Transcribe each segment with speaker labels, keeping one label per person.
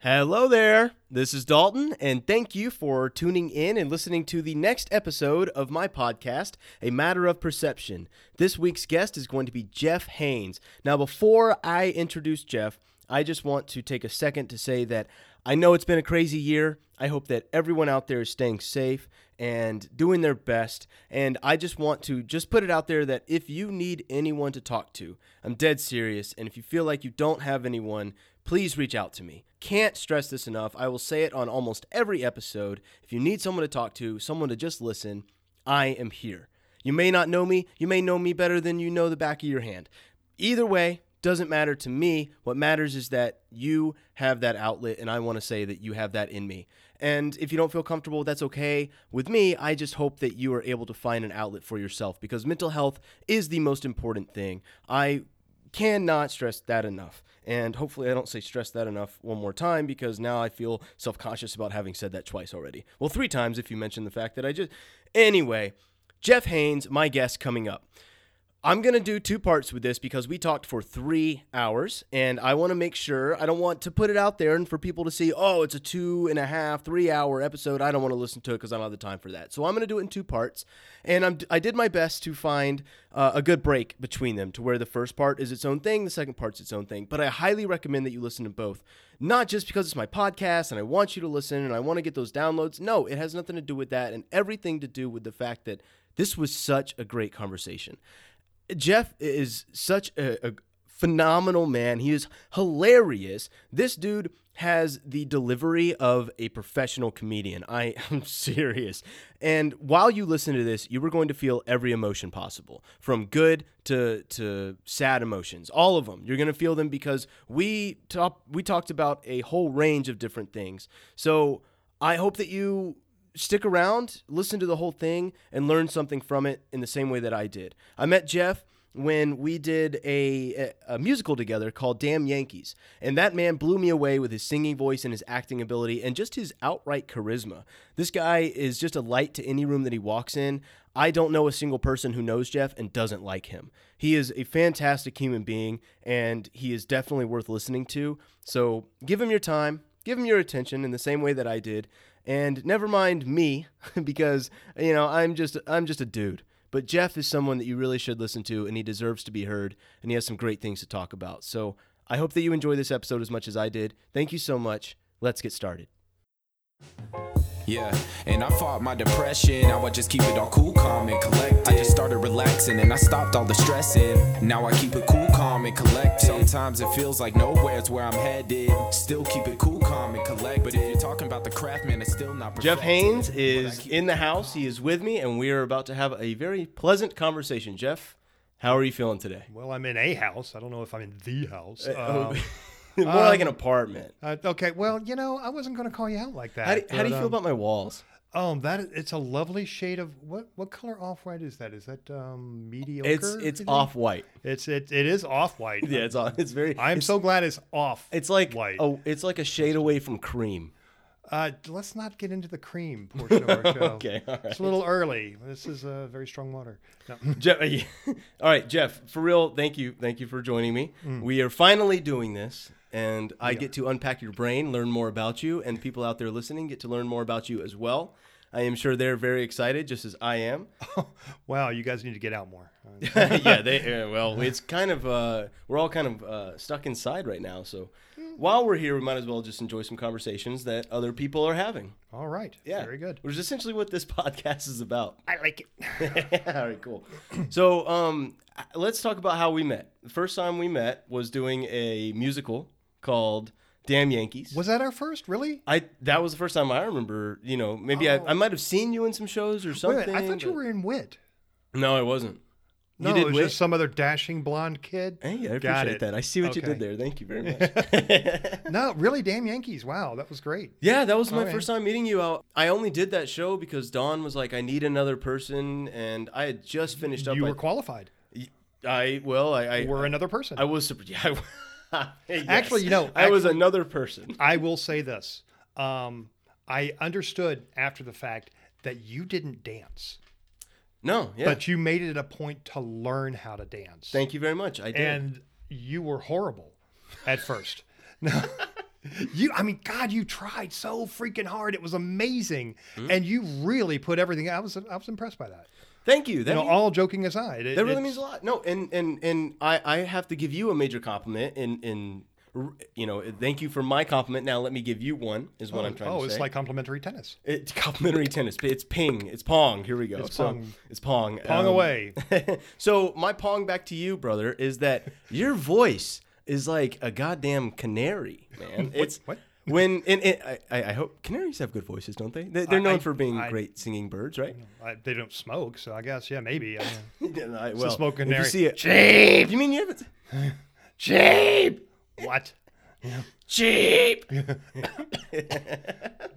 Speaker 1: Hello there. This is Dalton, and thank you for tuning in and listening to the next episode of my podcast, A Matter of Perception. This week's guest is going to be Jeff Haynes. Now, before I introduce Jeff, I just want to take a second to say that I know it's been a crazy year. I hope that everyone out there is staying safe and doing their best. And I just want to just put it out there that if you need anyone to talk to, I'm dead serious. And if you feel like you don't have anyone, please reach out to me. Can't stress this enough. I will say it on almost every episode. If you need someone to talk to, someone to just listen, I am here. You may not know me, you may know me better than you know the back of your hand. Either way, doesn't matter to me. What matters is that you have that outlet, and I want to say that you have that in me. And if you don't feel comfortable, that's okay. With me, I just hope that you are able to find an outlet for yourself because mental health is the most important thing. I cannot stress that enough. And hopefully, I don't say stress that enough one more time because now I feel self conscious about having said that twice already. Well, three times if you mention the fact that I just. Anyway, Jeff Haynes, my guest coming up. I'm going to do two parts with this because we talked for three hours and I want to make sure I don't want to put it out there and for people to see, oh, it's a two and a half, three hour episode. I don't want to listen to it because I don't have the time for that. So I'm going to do it in two parts. And I'm, I did my best to find uh, a good break between them to where the first part is its own thing, the second part's its own thing. But I highly recommend that you listen to both, not just because it's my podcast and I want you to listen and I want to get those downloads. No, it has nothing to do with that and everything to do with the fact that this was such a great conversation. Jeff is such a, a phenomenal man. He is hilarious. This dude has the delivery of a professional comedian. I am serious. And while you listen to this, you were going to feel every emotion possible, from good to to sad emotions. All of them. You're going to feel them because we talk, we talked about a whole range of different things. So, I hope that you stick around, listen to the whole thing, and learn something from it in the same way that I did. I met Jeff when we did a, a, a musical together called Damn Yankees. And that man blew me away with his singing voice and his acting ability and just his outright charisma. This guy is just a light to any room that he walks in. I don't know a single person who knows Jeff and doesn't like him. He is a fantastic human being and he is definitely worth listening to. So give him your time, give him your attention in the same way that I did. And never mind me, because you know I'm just I'm just a dude. But Jeff is someone that you really should listen to, and he deserves to be heard, and he has some great things to talk about. So I hope that you enjoy this episode as much as I did. Thank you so much. Let's get started.
Speaker 2: Yeah, and I fought my depression. I would just keep it all cool, calm, and collected. I just started relaxing and I stopped all the stressing. Now I keep it cool, calm, and collected. Sometimes it feels like nowhere's where I'm headed. Still keep it cool, calm, and collected. But if you're talking about the craft, man, it's still not
Speaker 1: Jeff
Speaker 2: perfected.
Speaker 1: Haynes
Speaker 2: But I
Speaker 1: is
Speaker 2: keep
Speaker 1: in the house. He is with me, and we are about to have a very pleasant conversation. Jeff, how are you feeling today?
Speaker 3: Well, I'm in a house. I don't know if I'm in the
Speaker 1: Eh,
Speaker 3: house. Um,
Speaker 1: More like an apartment.
Speaker 3: uh, okay. Well, you know, I wasn't going to call you out like that.
Speaker 1: How do, how do you
Speaker 3: but,
Speaker 1: feel
Speaker 3: um,
Speaker 1: about my walls?
Speaker 3: Um, that is- it's a lovely shade of what? What color off white is that? Is that um mediocre?
Speaker 1: It's it's
Speaker 3: you think?
Speaker 1: off white.
Speaker 3: It's it it is off white.
Speaker 1: Yeah, it's off. It's very.
Speaker 3: I'm
Speaker 1: it's,
Speaker 3: so glad it's off.
Speaker 1: It's like
Speaker 3: white.
Speaker 1: a it's like a shade away from cream.
Speaker 3: Uh, let's not get into the cream portion of our show.
Speaker 1: Okay, all
Speaker 3: It's a little early. This is uh, very strong water. No.
Speaker 1: Jeff, all right, Jeff. For real, thank you, thank you for joining me. We are finally doing this, and I get to unpack your brain, learn more about you, and people out there listening get to learn more about you as well. I am sure they're very excited, just as I am.
Speaker 3: Wow, you guys need to get out more. Uh,
Speaker 1: yeah, they. Uh, well, it's kind of uh, we're all kind of uh, stuck inside right now. So while we're here, we might as well just enjoy some conversations that other people are having.
Speaker 3: all right.
Speaker 1: Yeah,
Speaker 3: Very good.
Speaker 1: Which is essentially what this podcast is about.
Speaker 3: I like it.
Speaker 1: All right, cool. So, um, let's talk about how we met. The first time we met was doing a musical called "Damn Yankees."
Speaker 3: Was that our first? Really?
Speaker 1: I that was the first time I remember. You know, maybe I, I might have seen you in some shows or
Speaker 3: Wait a
Speaker 1: something.
Speaker 3: minute, I thought you
Speaker 1: but-
Speaker 3: were in Wit.
Speaker 1: No, I wasn't.
Speaker 3: No,
Speaker 1: you did
Speaker 3: it was
Speaker 1: wit.
Speaker 3: just some other dashing blonde kid.
Speaker 1: Hey, I appreciate
Speaker 3: Got it.
Speaker 1: that. I see what you did
Speaker 3: Okay.
Speaker 1: there. Thank you very much.
Speaker 3: No, really, damn Yankees. Wow, that was great.
Speaker 1: Yeah, that was my
Speaker 3: Okay.
Speaker 1: first time meeting you. I I only did that show because Dawn was like, "I need another person," and I had just finished up.
Speaker 3: You
Speaker 1: I-
Speaker 3: were qualified.
Speaker 1: I well, I I,
Speaker 3: We're another person.
Speaker 1: I was super. Yeah, I, Yes.
Speaker 3: Actually, you know,
Speaker 1: I was another person.
Speaker 3: I will say this. Um, I understood after the fact that you didn't dance,
Speaker 1: No, yeah.
Speaker 3: but you made it a point to learn how to dance.
Speaker 1: Thank you very much. I did.
Speaker 3: and you were horrible at first. No, You, I mean, God, you tried so freaking hard. It was amazing,
Speaker 1: Hmm?
Speaker 3: and you really put everything. I was, I was impressed by that.
Speaker 1: Thank you. That,
Speaker 3: You know,
Speaker 1: mean-
Speaker 3: all joking aside, it,
Speaker 1: that really
Speaker 3: it's-
Speaker 1: means a lot. No, and and and I I have to give you a major compliment. And and you know, thank you for my compliment. Now let me give you one. Is what I'm trying to
Speaker 3: Oh,
Speaker 1: say.
Speaker 3: it's like complimentary tennis.
Speaker 1: It's complimentary tennis. It's ping. It's pong. Here we go.
Speaker 3: It's
Speaker 1: So,
Speaker 3: pong.
Speaker 1: It's pong. Um,
Speaker 3: Pong away.
Speaker 1: so my pong back to you, brother, is that your voice is like a goddamn canary, man. It's
Speaker 3: what?
Speaker 1: when and, and I, I I hope canaries have good voices, don't they? They- They're
Speaker 3: I-
Speaker 1: known
Speaker 3: I-
Speaker 1: for being
Speaker 3: I-
Speaker 1: great singing birds, right?
Speaker 3: I, they don't smoke, so I guess yeah, maybe. I mean,
Speaker 1: Yeah, I- well,
Speaker 3: smoke
Speaker 1: if
Speaker 3: canary.
Speaker 1: You see it, cheap. You mean you haven't? Cheap,
Speaker 3: what?
Speaker 1: cheap.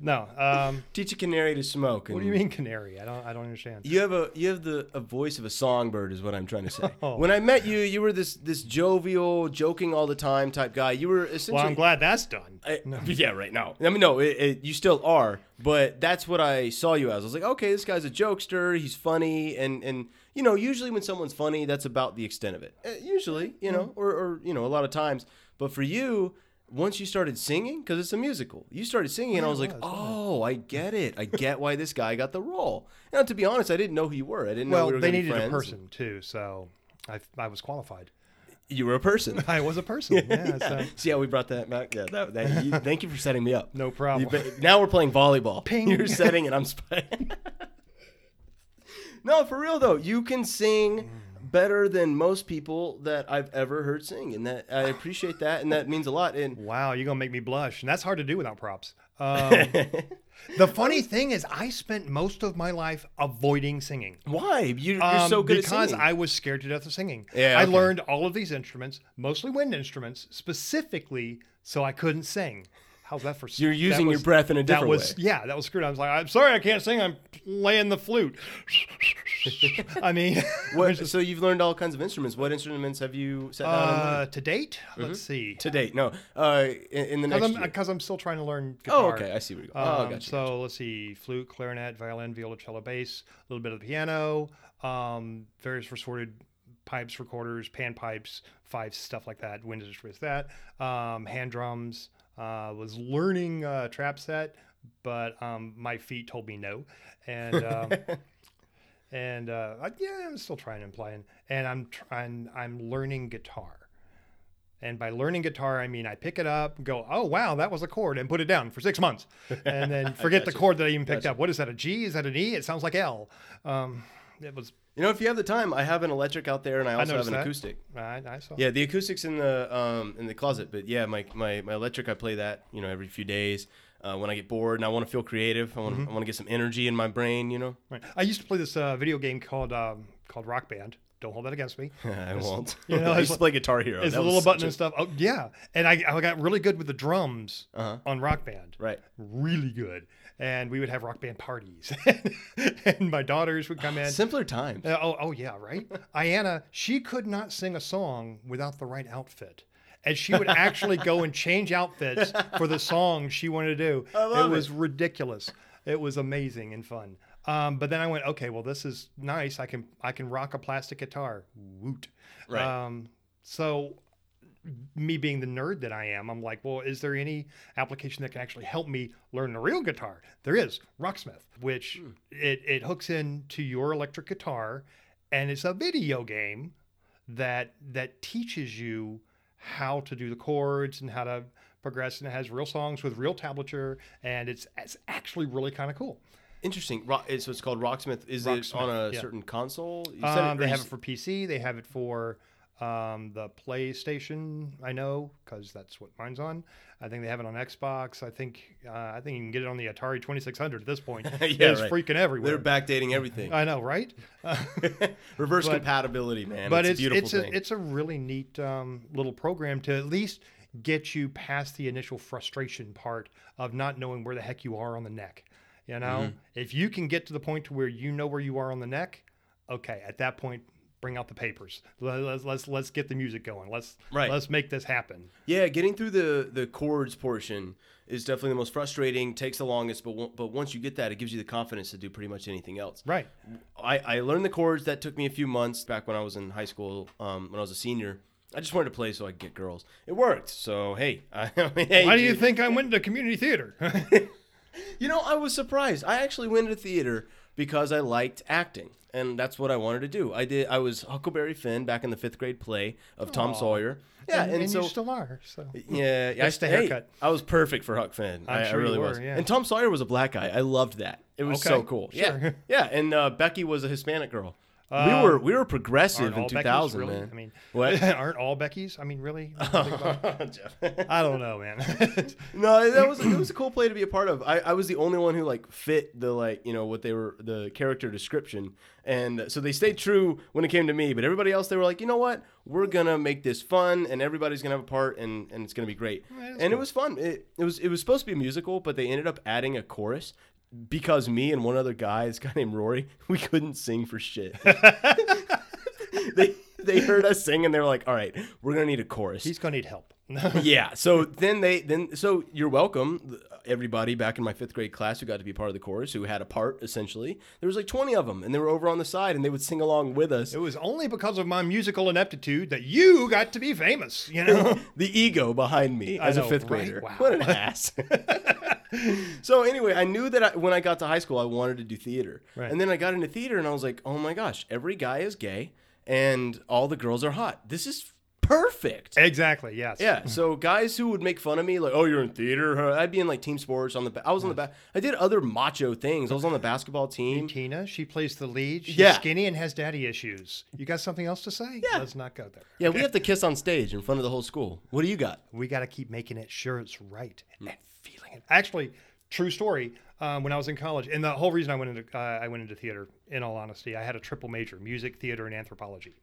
Speaker 3: No. Um,
Speaker 1: Teach a canary to smoke. And
Speaker 3: what do you mean canary? I don't. I don't understand.
Speaker 1: You have a you have the a voice of a songbird is what I'm trying to say.
Speaker 3: Oh.
Speaker 1: When I met you, you were this this jovial, joking all the time type guy. You were essentially
Speaker 3: Well, I'm glad that's done.
Speaker 1: I- yeah, right. No, I mean, no, it, it, you still are, but that's what I saw you as. I was like, okay, this guy's a jokester. He's funny, and and you know, usually when someone's funny, that's about the extent of it. Uh, usually, you know, or or you know, a lot of times. But for you, once you started singing, because it's a musical, you started singing, and I was like, oh, I get it. I get why this guy got the role. Now, to be honest, I didn't know who you were. I didn't know
Speaker 3: Well,
Speaker 1: we were
Speaker 3: they
Speaker 1: gonna be
Speaker 3: needed a
Speaker 1: friends.
Speaker 3: person too, so I, I was qualified.
Speaker 1: You were a person.
Speaker 3: I was a person. Yeah. So.
Speaker 1: See how we brought that back? Yeah, that, that, you, thank you for setting me up.
Speaker 3: No problem.
Speaker 1: You bet- now we're playing volleyball.
Speaker 3: Ping.
Speaker 1: You're setting and I'm spying. no, for real though, you can sing better than most people that I've ever heard sing, and that I appreciate that, and that means a lot. And
Speaker 3: Wow, you're gonna make me blush, and that's hard to do without props. Um, the funny thing is, I spent most of my life avoiding singing.
Speaker 1: why? You, you're
Speaker 3: Um,
Speaker 1: so good
Speaker 3: because
Speaker 1: at singing.
Speaker 3: I was scared to death of singing.
Speaker 1: Yeah,
Speaker 3: I
Speaker 1: okay.
Speaker 3: learned all of these instruments, mostly wind instruments, specifically so I couldn't sing. How's that for? s-
Speaker 1: You're
Speaker 3: that
Speaker 1: using your
Speaker 3: was-
Speaker 1: breath in a
Speaker 3: That
Speaker 1: different
Speaker 3: was
Speaker 1: way.
Speaker 3: yeah, that was screwed. I was like, I'm sorry, I can't sing. I'm playing the flute. I mean,
Speaker 1: What, so you've learned all kinds of instruments. What instruments have you sat down and learned?
Speaker 3: uh, to date, let's see,
Speaker 1: Mm-hmm. to date? No, uh, in, in the next
Speaker 3: because I'm,
Speaker 1: year.
Speaker 3: 'cause I'm still trying to learn.
Speaker 1: Oh,
Speaker 3: Guitar.
Speaker 1: okay, I see where you go.
Speaker 3: Um,
Speaker 1: oh, gotcha.
Speaker 3: So let's see: flute, clarinet, violin, viola, cello, bass, a little bit of the piano, um, various resorted pipes, recorders, pan pipes, fives, stuff like that. Wind instruments, that um, hand drums. Uh, was learning uh, trap set, but um, my feet told me no, and um, and uh, I, yeah, I'm still trying and playing, and I'm trying. I'm learning guitar. And by learning guitar, I mean I pick it up, and go, oh wow, that was a chord, and put it down for six months, and then forget the chord that I even picked up. What is that? A G? Is that an E? It sounds like L. Um, it was.
Speaker 1: you know, if you have the time, I have an electric out there, and I also have
Speaker 3: noticed
Speaker 1: an
Speaker 3: that.
Speaker 1: acoustic.
Speaker 3: I, I saw.
Speaker 1: Yeah, the acoustics in the um in the closet, but yeah, my my, my electric I play that you know every few days uh, when I get bored and I want to feel creative. I want
Speaker 3: Mm-hmm.
Speaker 1: to I want to get some energy in my brain, you know.
Speaker 3: Right. I used to play this uh, video game called um, called Rock Band. Don't hold that against me.
Speaker 1: I won't.
Speaker 3: you know,
Speaker 1: I used
Speaker 3: it's
Speaker 1: to
Speaker 3: like-
Speaker 1: play Guitar Hero.
Speaker 3: It's
Speaker 1: That
Speaker 3: a
Speaker 1: Oh, was
Speaker 3: little
Speaker 1: such
Speaker 3: button and stuff. Oh yeah, and I, I got really good with the drums on Rock Band.
Speaker 1: Uh-huh. Right.
Speaker 3: Really good, and we would have Rock Band parties, and my daughters would come in.
Speaker 1: Simpler times.
Speaker 3: Uh, oh, oh yeah, right. Iana, she could not sing a song without the right outfit. And she would actually go and change outfits for the song she wanted to do.
Speaker 1: love
Speaker 3: it was ridiculous. It was amazing and fun. Um, but then I went, okay, well, this is nice. I can I can rock a plastic guitar. Woot.
Speaker 1: Right.
Speaker 3: Um, so me being the nerd that I am, I'm like, well, is there any application that can actually help me learn the real guitar? There is Rocksmith, which it, it hooks into your electric guitar, and it's a video game that that teaches you how to do the chords and how to progress, and it has real songs with real tablature, and it's it's actually really kind of cool.
Speaker 1: Interesting. Rock, so it's called Rocksmith. Is it on a
Speaker 3: Rocksmith, yeah.
Speaker 1: certain console? You said
Speaker 3: Um,
Speaker 1: or
Speaker 3: they
Speaker 1: you
Speaker 3: have it
Speaker 1: s-
Speaker 3: for PC. They have it for um, the PlayStation. I know because that's what mine's on. I think they have it on Xbox. I think uh, I think you can get it on the Atari Twenty Six Hundred at this point.
Speaker 1: Yeah,
Speaker 3: it's
Speaker 1: right.
Speaker 3: freaking everywhere.
Speaker 1: They're backdating everything.
Speaker 3: I know, right? Uh,
Speaker 1: Reverse
Speaker 3: but-
Speaker 1: compatibility, man.
Speaker 3: but
Speaker 1: it's,
Speaker 3: it's
Speaker 1: a beautiful
Speaker 3: it's
Speaker 1: thing.
Speaker 3: a, it's a really neat um, little program to at least get you past the initial frustration part of not knowing where the heck you are on the neck. You know,
Speaker 1: Mm-hmm.
Speaker 3: if you can get to the point to where you know where you are on the neck, okay, at that point, bring out the papers. Let- Let's let's let's get the music going. Let's
Speaker 1: Right.
Speaker 3: let's make this happen.
Speaker 1: Yeah, getting through the the chords portion is definitely the most frustrating. Takes the longest, but on- but once you get that, it gives you the confidence to do pretty much anything else.
Speaker 3: Right.
Speaker 1: I, I learned the chords. That took me a few months back when I was in high school, um, when I was a senior. I just wanted to play so I could get girls. It worked. So hey, I, I mean, hey,
Speaker 3: Why do you
Speaker 1: dude.
Speaker 3: think I went to community theater?
Speaker 1: You know, I was surprised. I actually went to theater because I liked acting, and that's what I wanted to do. I did. I was Huckleberry Finn back in the fifth grade play of Tom Sawyer. Yeah, and, so
Speaker 3: you still are. So
Speaker 1: yeah, I,
Speaker 3: That's the
Speaker 1: hey,
Speaker 3: haircut.
Speaker 1: I was perfect for Huck Finn. I, I
Speaker 3: sure you
Speaker 1: really
Speaker 3: were,
Speaker 1: was.
Speaker 3: yeah.
Speaker 1: And Tom Sawyer was a black guy. I loved that. It was
Speaker 3: Okay,
Speaker 1: so cool. Yeah,
Speaker 3: sure.
Speaker 1: yeah. And uh, Becky was a Hispanic girl.
Speaker 3: Um,
Speaker 1: we were we were progressive
Speaker 3: aren't
Speaker 1: in
Speaker 3: all
Speaker 1: two
Speaker 3: Becky's
Speaker 1: thousand,
Speaker 3: really?
Speaker 1: man.
Speaker 3: I mean,
Speaker 1: What?
Speaker 3: aren't all Becky's? I mean, really?
Speaker 1: Jeff.
Speaker 3: I don't know, man.
Speaker 1: No, that was it was a cool play to be a part of. I, I was the only one who like fit the like you know what they were the character description, and so they stayed true when it came to me. But everybody else, they were like, you know what, we're gonna make this fun, and everybody's gonna have a part, and, and it's gonna be great. and
Speaker 3: that's
Speaker 1: it was fun. It, it was it was supposed to be a musical, but they ended up adding a chorus because me and one other guy, this guy named Rory, we couldn't sing for shit. they they heard us sing and they were like, all right, we're gonna need a chorus
Speaker 3: He's gonna need help.
Speaker 1: yeah. So then they then so you're welcome, everybody back in my fifth grade class who got to be part of the chorus who had a part essentially. There was like 20 of them, and they were over on the side, and they would sing along with us.
Speaker 3: It was only because of my musical ineptitude that you got to be famous. You know,
Speaker 1: The ego behind me as
Speaker 3: know,
Speaker 1: a fifth
Speaker 3: right?
Speaker 1: grader.
Speaker 3: Wow.
Speaker 1: What an ass. so anyway, I knew that I, when I got to high school, I wanted to do theater,
Speaker 3: Right.
Speaker 1: and then I got into theater, and I was like, oh my gosh, every guy is gay, and all the girls are hot. This is perfect.
Speaker 3: exactly. Yes.
Speaker 1: Yeah. So guys who would make fun of me, like, oh, you're in theater. huh?" I'd be in like team sports on the. Ba- I was on the. Ba- I did other macho things. I was on the basketball team.
Speaker 3: Tina, she plays the lead. She's
Speaker 1: Yeah.
Speaker 3: skinny and has daddy issues. You got something else to say?
Speaker 1: Yeah.
Speaker 3: Let's not go there.
Speaker 1: Yeah, we have to kiss on stage in front of the whole school. What do you got?
Speaker 3: we got to keep making it sure it's right and feeling it. Actually, true story. Um, when I was in college, and the whole reason I went into uh, I went into theater, in all honesty, I had a triple major: music, theater, and anthropology.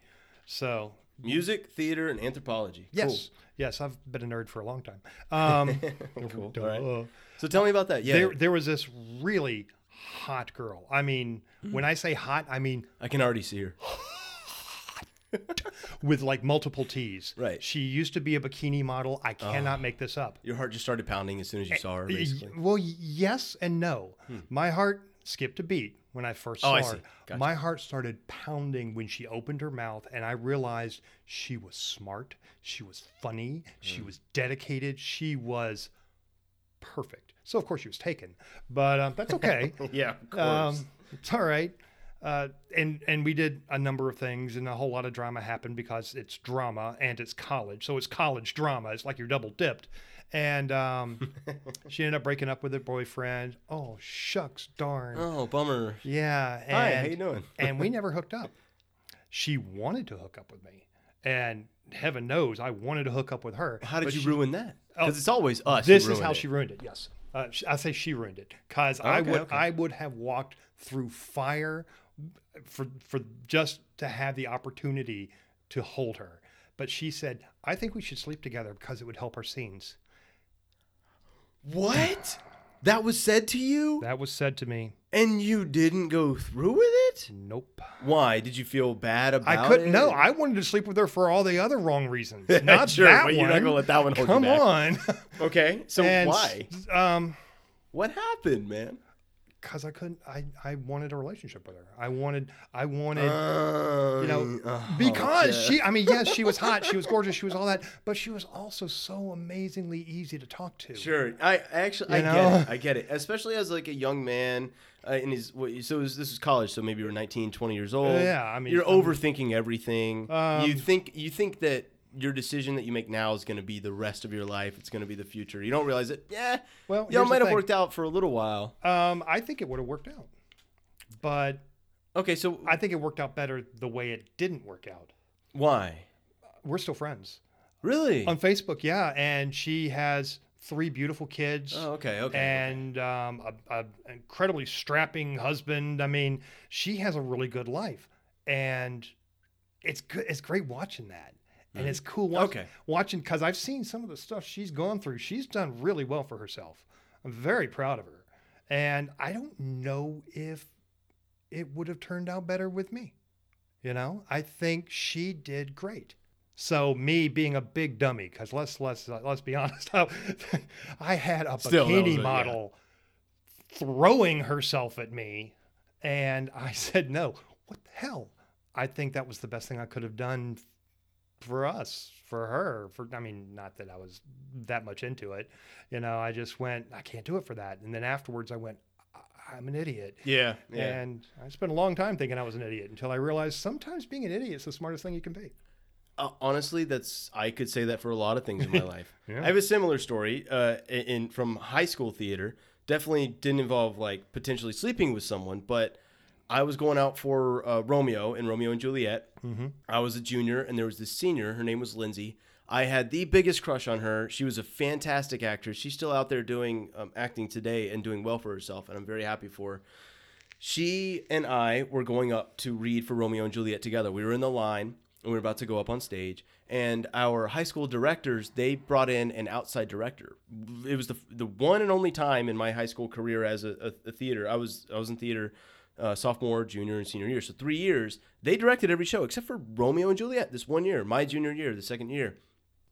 Speaker 3: So
Speaker 1: Music, theater, and anthropology.
Speaker 3: yes, yes, I've been a nerd for a long time. Um,
Speaker 1: Cool.
Speaker 3: duh.
Speaker 1: All right. So tell me about that. Yeah.
Speaker 3: There, there was this really hot girl. I mean,
Speaker 1: Hmm.
Speaker 3: when I say hot, I mean
Speaker 1: I can already see her.
Speaker 3: with like multiple T's.
Speaker 1: Right. Ah.
Speaker 3: She used to be a bikini model. I cannot make this up.
Speaker 1: Your heart just started pounding as soon as you saw her.
Speaker 3: Y-
Speaker 1: Basically. Hmm.
Speaker 3: Well, y- yes and no. My heart skipped a beat when I first
Speaker 1: Oh,
Speaker 3: saw
Speaker 1: I
Speaker 3: her.
Speaker 1: see. Gotcha.
Speaker 3: My heart started pounding when she opened her mouth, and I realized she was smart, she was funny, she
Speaker 1: Hmm.
Speaker 3: was dedicated, she was perfect. So of course she was taken, but um, that's okay.
Speaker 1: Yeah. Of
Speaker 3: um, it's all right. Uh, and and we did a number of things, and a whole lot of drama happened because it's drama and it's college, so it's college drama. It's like you're double dipped. And um, she ended up breaking up with her boyfriend. Oh shucks, darn.
Speaker 1: oh, bummer.
Speaker 3: Yeah. And,
Speaker 1: Hi, how you doing?
Speaker 3: and we never hooked up. She wanted to hook up with me, and heaven knows I wanted to hook up with her.
Speaker 1: How did
Speaker 3: but
Speaker 1: you
Speaker 3: she-
Speaker 1: ruin that? Because it's always us. who
Speaker 3: this is
Speaker 1: ruin
Speaker 3: how
Speaker 1: it.
Speaker 3: she ruined it. Yes, uh, sh- I say she ruined it because I
Speaker 1: Okay,
Speaker 3: would
Speaker 1: okay.
Speaker 3: I would have walked through fire for for just to have the opportunity to hold her. But she said, "I think we should sleep together because it would help our scenes."
Speaker 1: What? That was said to you,
Speaker 3: That was said to me.
Speaker 1: and you didn't go through with it.
Speaker 3: Nope.
Speaker 1: Why? Did you feel bad about it?
Speaker 3: I couldn't. No, I wanted to sleep with her for all the other wrong reasons. Not
Speaker 1: Sure,
Speaker 3: that
Speaker 1: but you're
Speaker 3: one.
Speaker 1: not gonna let that one hold you
Speaker 3: Come
Speaker 1: back.
Speaker 3: on.
Speaker 1: Okay, so
Speaker 3: And,
Speaker 1: why?
Speaker 3: Um,
Speaker 1: What happened, man?
Speaker 3: because I couldn't. I I wanted a relationship with her. I wanted. I wanted.
Speaker 1: Ah.
Speaker 3: you know,
Speaker 1: Um,
Speaker 3: because
Speaker 1: oh,
Speaker 3: she, I mean, yes, she was hot, she was gorgeous, she was all that, but she was also so amazingly easy to talk to.
Speaker 1: sure. I I actually, I
Speaker 3: You know?
Speaker 1: get it. I get it. Especially as like a young man, uh, in his what- so it was, this is college, so maybe you were 19, 20 years old.
Speaker 3: yeah, I mean, Um,
Speaker 1: you're
Speaker 3: I'm-
Speaker 1: overthinking everything. you think you think that your decision that you make now is going to be the rest of your life. It's going to be the future. You don't realize it. Yeah.
Speaker 3: Well,
Speaker 1: y'all
Speaker 3: here's the
Speaker 1: might have
Speaker 3: thing.
Speaker 1: worked out for a little while.
Speaker 3: Um, I think it would have worked out, but
Speaker 1: Okay, so
Speaker 3: I think it worked out better the way it didn't work out.
Speaker 1: why?
Speaker 3: We're still friends
Speaker 1: Really?
Speaker 3: on Facebook, yeah, and she has three beautiful kids.
Speaker 1: oh, okay. Okay.
Speaker 3: And um, a, a incredibly strapping husband. I mean, she has a really good life, and it's good. It's great watching that, and it's cool watch,
Speaker 1: Mm-hmm. Okay.
Speaker 3: watching because I've seen some of the stuff she's gone through. She's done really well for herself. I'm very proud of her, and I don't know if it would have turned out better with me. You know, I think she did great. So me being a big dummy, because let's let's let's be honest, I, had a
Speaker 1: Still, that was a-
Speaker 3: bikini
Speaker 1: yeah.
Speaker 3: model throwing herself at me, and I said no. What the hell? I think that was the best thing I could have done for us, for her. For I mean, not that I was that much into it, you know. I just went, I can't do it for that. And then afterwards, I went, "I- I'm an idiot.
Speaker 1: Yeah. Yeah.
Speaker 3: And I spent a long time thinking I was an idiot until I realized sometimes being an idiot is the smartest thing you can be.
Speaker 1: Uh, honestly, that's I could say that for a lot of things in my life.
Speaker 3: Yeah.
Speaker 1: I have a similar story uh, in, in from high school theater. Definitely didn't involve like potentially sleeping with someone, but I was going out for uh, Romeo and Romeo and Juliet. Mm-hmm. I was a junior, and there was this senior. Her name was Lindsay. I had the biggest crush on her. She was a fantastic actress. She's still out there doing um, acting today and doing well for herself, and I'm very happy for her she and I were going up to read for Romeo and Juliet together. We were in the line and we were about to go up on stage. And our high school directors, they brought in an outside director. It was the, the one and only time in my high school career as a, a, a theater. I was I was in theater uh, sophomore, junior, and senior year. So three years they directed every show except for Romeo and Juliet. This one year, my junior year, the second year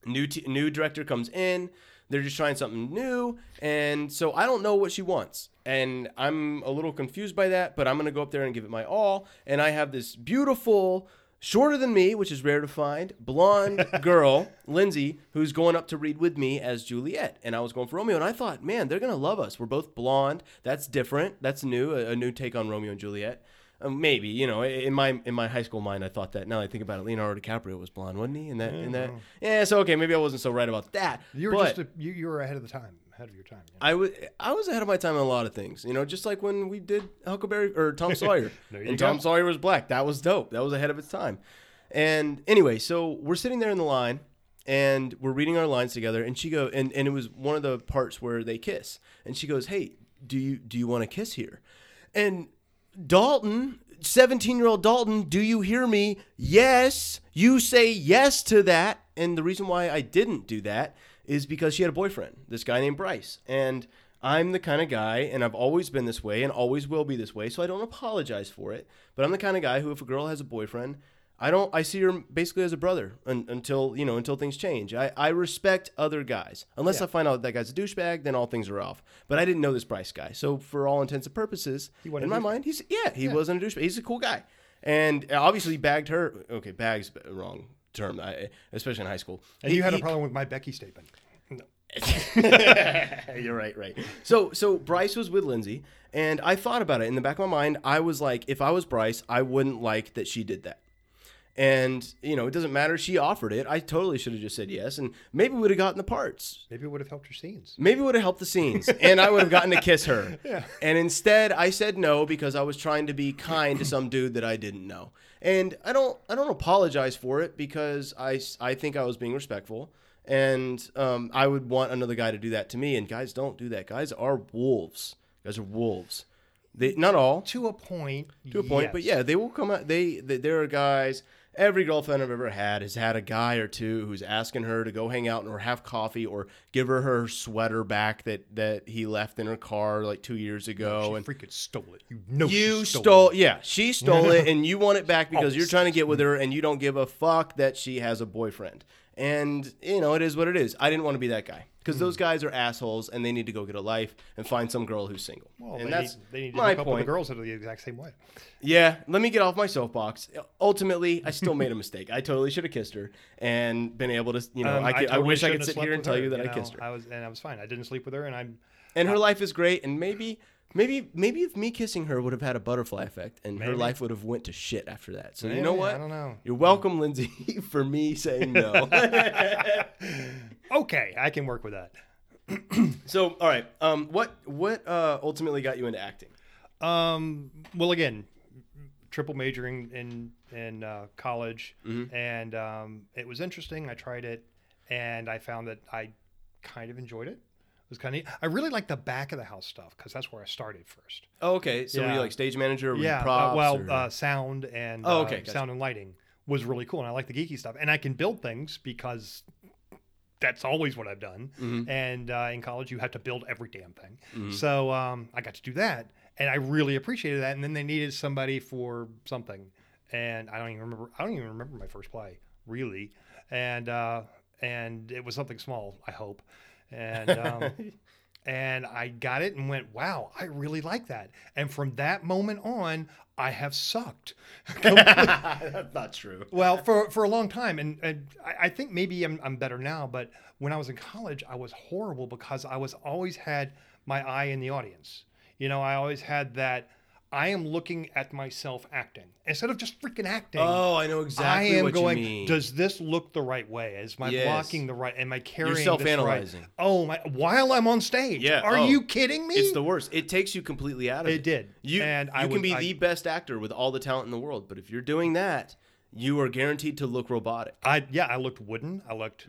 Speaker 1: new t- new director comes in they're just trying something new and so i don't know what she wants and i'm a little confused by that but i'm going to go up there and give it my all and i have this beautiful shorter than me which is rare to find blonde girl lindsay who's going up to read with me as juliet and i was going for romeo and i thought man they're going to love us we're both blonde that's different that's new a, a new take on romeo and juliet uh, maybe you know in my in my high school mind I thought that now that I think about it Leonardo DiCaprio was blonde wasn't he in that in that yeah so okay maybe I wasn't so right about that
Speaker 3: You were
Speaker 1: but
Speaker 3: just a, you, you were ahead of the time, ahead of your time. you know?
Speaker 1: I was I was ahead of my time on a lot of things you know just like when we did Huckleberry or Tom Sawyer
Speaker 3: There you
Speaker 1: and Tom
Speaker 3: go.
Speaker 1: Sawyer was black that was dope that was ahead of its time and anyway so we're sitting there in the line and we're reading our lines together and she go and, and it was one of the parts where they kiss and she goes hey do you do you want to kiss here and Dalton, 17 year old Dalton, do you hear me? Yes. You say yes to that. And the reason why I didn't do that is because she had a boyfriend, this guy named Bryce. And I'm the kind of guy, and I've always been this way and always will be this way, so I don't apologize for it. But I'm the kind of guy who, if a girl has a boyfriend, I don't. I see her basically as a brother un, until you know until things change. I, I respect other guys unless I find out that guy's a douchebag. Then all things are off. But I didn't know this Bryce guy, so for all intents and purposes,
Speaker 3: wasn't
Speaker 1: in my
Speaker 3: a douchebag.
Speaker 1: mind, he's yeah, he wasn't a douchebag. He's a cool guy, and uh, obviously bagged her. Okay, bags b- wrong term, I, especially in high school.
Speaker 3: and
Speaker 1: He-
Speaker 3: you had a
Speaker 1: he-
Speaker 3: problem with my Becky statement.
Speaker 1: You're right, right. So so Bryce was with Lindsay, and I thought about it in the back of my mind. I was like, if I was Bryce, I wouldn't like that she did that. And you know, it doesn't matter. She offered it. I totally should have just said yes, and maybe we'd have gotten the parts.
Speaker 3: Maybe it would have helped your scenes.
Speaker 1: Maybe it would have helped the scenes, and I would have gotten to kiss her. And instead, I said no because I was trying to be kind to some dude that I didn't know. And I don't, I don't apologize for it because I, s- I think I was being respectful, and um, I would want another guy to do that to me. And guys, don't do that. Guys are wolves. Guys are wolves. They, not all
Speaker 3: To a point.
Speaker 1: to a point, but
Speaker 3: yes.
Speaker 1: yeah, they will come out. They, they there are guys. Every girlfriend I've ever had has had a guy or two who's asking her to go hang out or have coffee or give her her sweater back that that he left in her car like two years ago.
Speaker 3: She
Speaker 1: and
Speaker 3: freaking stole it. You know she
Speaker 1: you
Speaker 3: stole,
Speaker 1: stole,
Speaker 3: it. Oh,
Speaker 1: yeah, she stole it, and you want it back because you're trying to get with her, and you don't give a fuck that she has a boyfriend. And you know it is what it is. I didn't want to be that guy because
Speaker 3: Hmm.
Speaker 1: those guys are assholes, and they need to go get a life and find some girl who's single.
Speaker 3: Well,
Speaker 1: and
Speaker 3: they
Speaker 1: that's
Speaker 3: need, they need to
Speaker 1: my
Speaker 3: hook up with
Speaker 1: point.
Speaker 3: the girls that are the exact same way.
Speaker 1: Yeah, let me get off my soapbox. Ultimately, I still made a mistake. I totally should have kissed her and been able to, you know,
Speaker 3: Um,
Speaker 1: I, could- I
Speaker 3: totally
Speaker 1: wish I
Speaker 3: shouldn't
Speaker 1: could
Speaker 3: have
Speaker 1: sit
Speaker 3: slept
Speaker 1: here and
Speaker 3: with
Speaker 1: tell
Speaker 3: her,
Speaker 1: you that I
Speaker 3: know?
Speaker 1: kissed her.
Speaker 3: I was, and I was fine. I didn't sleep with her, and I'm.
Speaker 1: and her life is great. And maybe, maybe, maybe if me kissing her would have had a butterfly effect, and her
Speaker 3: Maybe.
Speaker 1: life would have went to shit after that. So you know
Speaker 3: Maybe,
Speaker 1: what?
Speaker 3: I don't know.
Speaker 1: You're welcome, Lindsay, for me saying no.
Speaker 3: Okay, I can work with that.
Speaker 1: so all right, um, what what uh, ultimately got you into acting?
Speaker 3: Um, well, again, triple majoring in in uh, college, and um, it was interesting. I tried it, and I found that I kind of enjoyed it. It was kind of. I really like the back of the house stuff because that's where I started first.
Speaker 1: Oh, okay, so were you
Speaker 3: Yeah.
Speaker 1: like stage manager? Were
Speaker 3: yeah.
Speaker 1: you
Speaker 3: uh,
Speaker 1: props?
Speaker 3: well,
Speaker 1: or-
Speaker 3: uh, sound and
Speaker 1: Oh,
Speaker 3: uh,
Speaker 1: okay, gotcha.
Speaker 3: sound and lighting was really cool, and I like the geeky stuff, and I can build things because. That's always what I've done,
Speaker 1: Mm-hmm.
Speaker 3: and uh, in college you had to build every damn thing. So um, I got to do that, and I really appreciated that. And then they needed somebody for something, and I don't even remember. I don't even remember my first play really, and uh, and it was something small, I hope, and um, and I got it and went, wow, I really like that. And from that moment on, I have sucked.
Speaker 1: That's not true.
Speaker 3: well, for, for a long time. And, and I, I think maybe I'm, I'm better now, but when I was in college, I was horrible because I was always had my eye in the audience. You know, I always had that I am looking at myself acting instead of just freaking acting.
Speaker 1: Oh, I know exactly
Speaker 3: I am
Speaker 1: what
Speaker 3: going.
Speaker 1: you mean.
Speaker 3: Does this look the right way? Is my
Speaker 1: Yes.
Speaker 3: blocking the right? Am I carrying this
Speaker 1: self-analyzing.
Speaker 3: right? Oh my! While I'm on stage.
Speaker 1: Yeah,
Speaker 3: Are
Speaker 1: oh.
Speaker 3: you kidding me?
Speaker 1: it's the worst. It takes you completely out of it.
Speaker 3: It did.
Speaker 1: You
Speaker 3: And
Speaker 1: you
Speaker 3: I
Speaker 1: can
Speaker 3: would-
Speaker 1: be
Speaker 3: I-
Speaker 1: the best actor with all the talent in the world, but if you're doing that, you are guaranteed to look robotic.
Speaker 3: I yeah. I looked wooden. I looked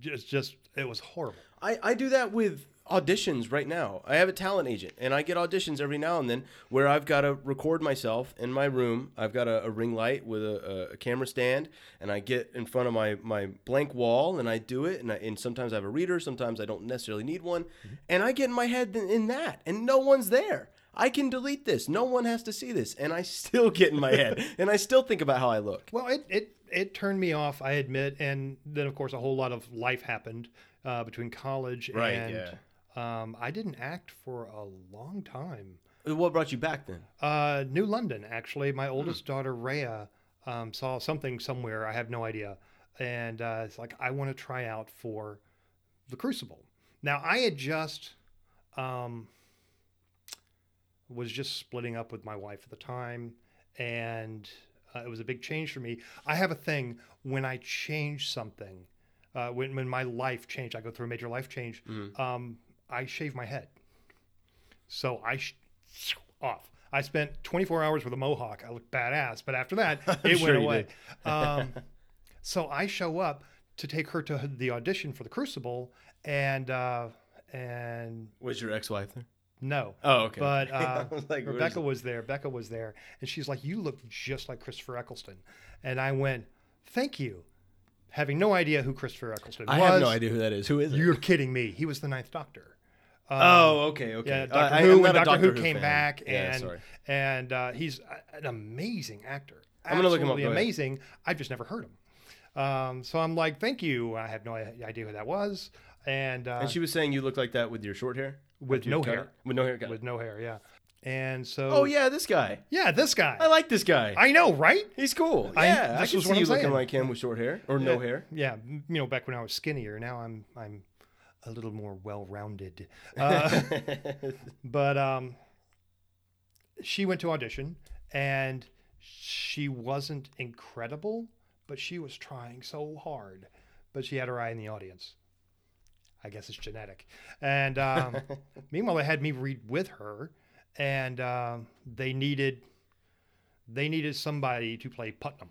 Speaker 3: just just. It was horrible.
Speaker 1: I, I do that with auditions right now. I have a talent agent and I get auditions every now and then where I've got to record myself in my room. I've got a, a ring light with a, a, a camera stand and I get in front of my, my blank wall and I do it. And, I, and sometimes I have a reader, sometimes I don't necessarily need one. And I get in my head in, in that and no one's there. I can delete this. No one has to see this. And I still get in my head and I still think about how I look.
Speaker 3: Well, it it it turned me off. I admit. And then of course a whole lot of life happened uh, between college
Speaker 1: Right,
Speaker 3: and. Um, I didn't act for a long time.
Speaker 1: What brought you back then?
Speaker 3: Uh, New London, actually. My oldest daughter, Rhea, um, saw something somewhere. I have no idea. And uh, it's like, I want to try out for The Crucible. Now, I had just um, was just splitting up with my wife at the time. And uh, it was a big change for me. I have a thing when I change something, uh, when, when my life changed, I go through a major life change,
Speaker 1: Mm-hmm.
Speaker 3: um, I shave my head. So I sh- off. I spent 24 hours with a mohawk. I looked badass, but after that, it
Speaker 1: sure
Speaker 3: went
Speaker 1: you
Speaker 3: away. um, so I show up to take her to the audition for the Crucible, and uh, and
Speaker 1: Was your ex wife there?
Speaker 3: no,
Speaker 1: Oh, okay.
Speaker 3: but uh,
Speaker 1: I was like, where's-
Speaker 3: Rebecca was there. Becca was there, and she's like, "You look just like Christopher Eccleston," and I went, "Thank you," having no idea who Christopher Eccleston
Speaker 1: I
Speaker 3: was.
Speaker 1: have no idea who that is. Who is it?
Speaker 3: You're kidding me. He was the Ninth Doctor.
Speaker 1: Oh, okay, okay.
Speaker 3: Um, Yeah,
Speaker 1: Uh,
Speaker 3: Doctor
Speaker 1: I- I'm
Speaker 3: Who. When
Speaker 1: not a
Speaker 3: Doctor,
Speaker 1: Doctor
Speaker 3: Who
Speaker 1: Who
Speaker 3: came
Speaker 1: fan.
Speaker 3: back,
Speaker 1: Yeah,
Speaker 3: and
Speaker 1: sorry.
Speaker 3: and uh, he's a- an amazing actor.
Speaker 1: I'm gonna look him up,
Speaker 3: Absolutely
Speaker 1: go ahead.
Speaker 3: Amazing. I've just never heard him. Um, so I'm like, thank you. I have no i- idea who that was, and, uh,
Speaker 1: And she was saying you look like that with your short hair,
Speaker 3: With
Speaker 1: your
Speaker 3: no
Speaker 1: cut-
Speaker 3: hair.
Speaker 1: with no hair. got it.
Speaker 3: with no hair, yeah. And so,
Speaker 1: Oh yeah, this guy.
Speaker 3: yeah, this guy.
Speaker 1: I like this guy.
Speaker 3: I know, right?
Speaker 1: He's cool.
Speaker 3: I-
Speaker 1: yeah, I
Speaker 3: this
Speaker 1: can
Speaker 3: is
Speaker 1: see
Speaker 3: what
Speaker 1: you
Speaker 3: I'm
Speaker 1: looking
Speaker 3: saying.
Speaker 1: like him with short hair or no
Speaker 3: Yeah,
Speaker 1: hair.
Speaker 3: Yeah, m- you know, back when I was skinnier. Now I'm I'm a little more well-rounded. Uh, but um, she went to audition, and she wasn't incredible, but she was trying so hard. But she had her eye in the audience. I guess it's genetic. And um, meanwhile, they had me read with her, and um, they needed they needed somebody to play Putnam,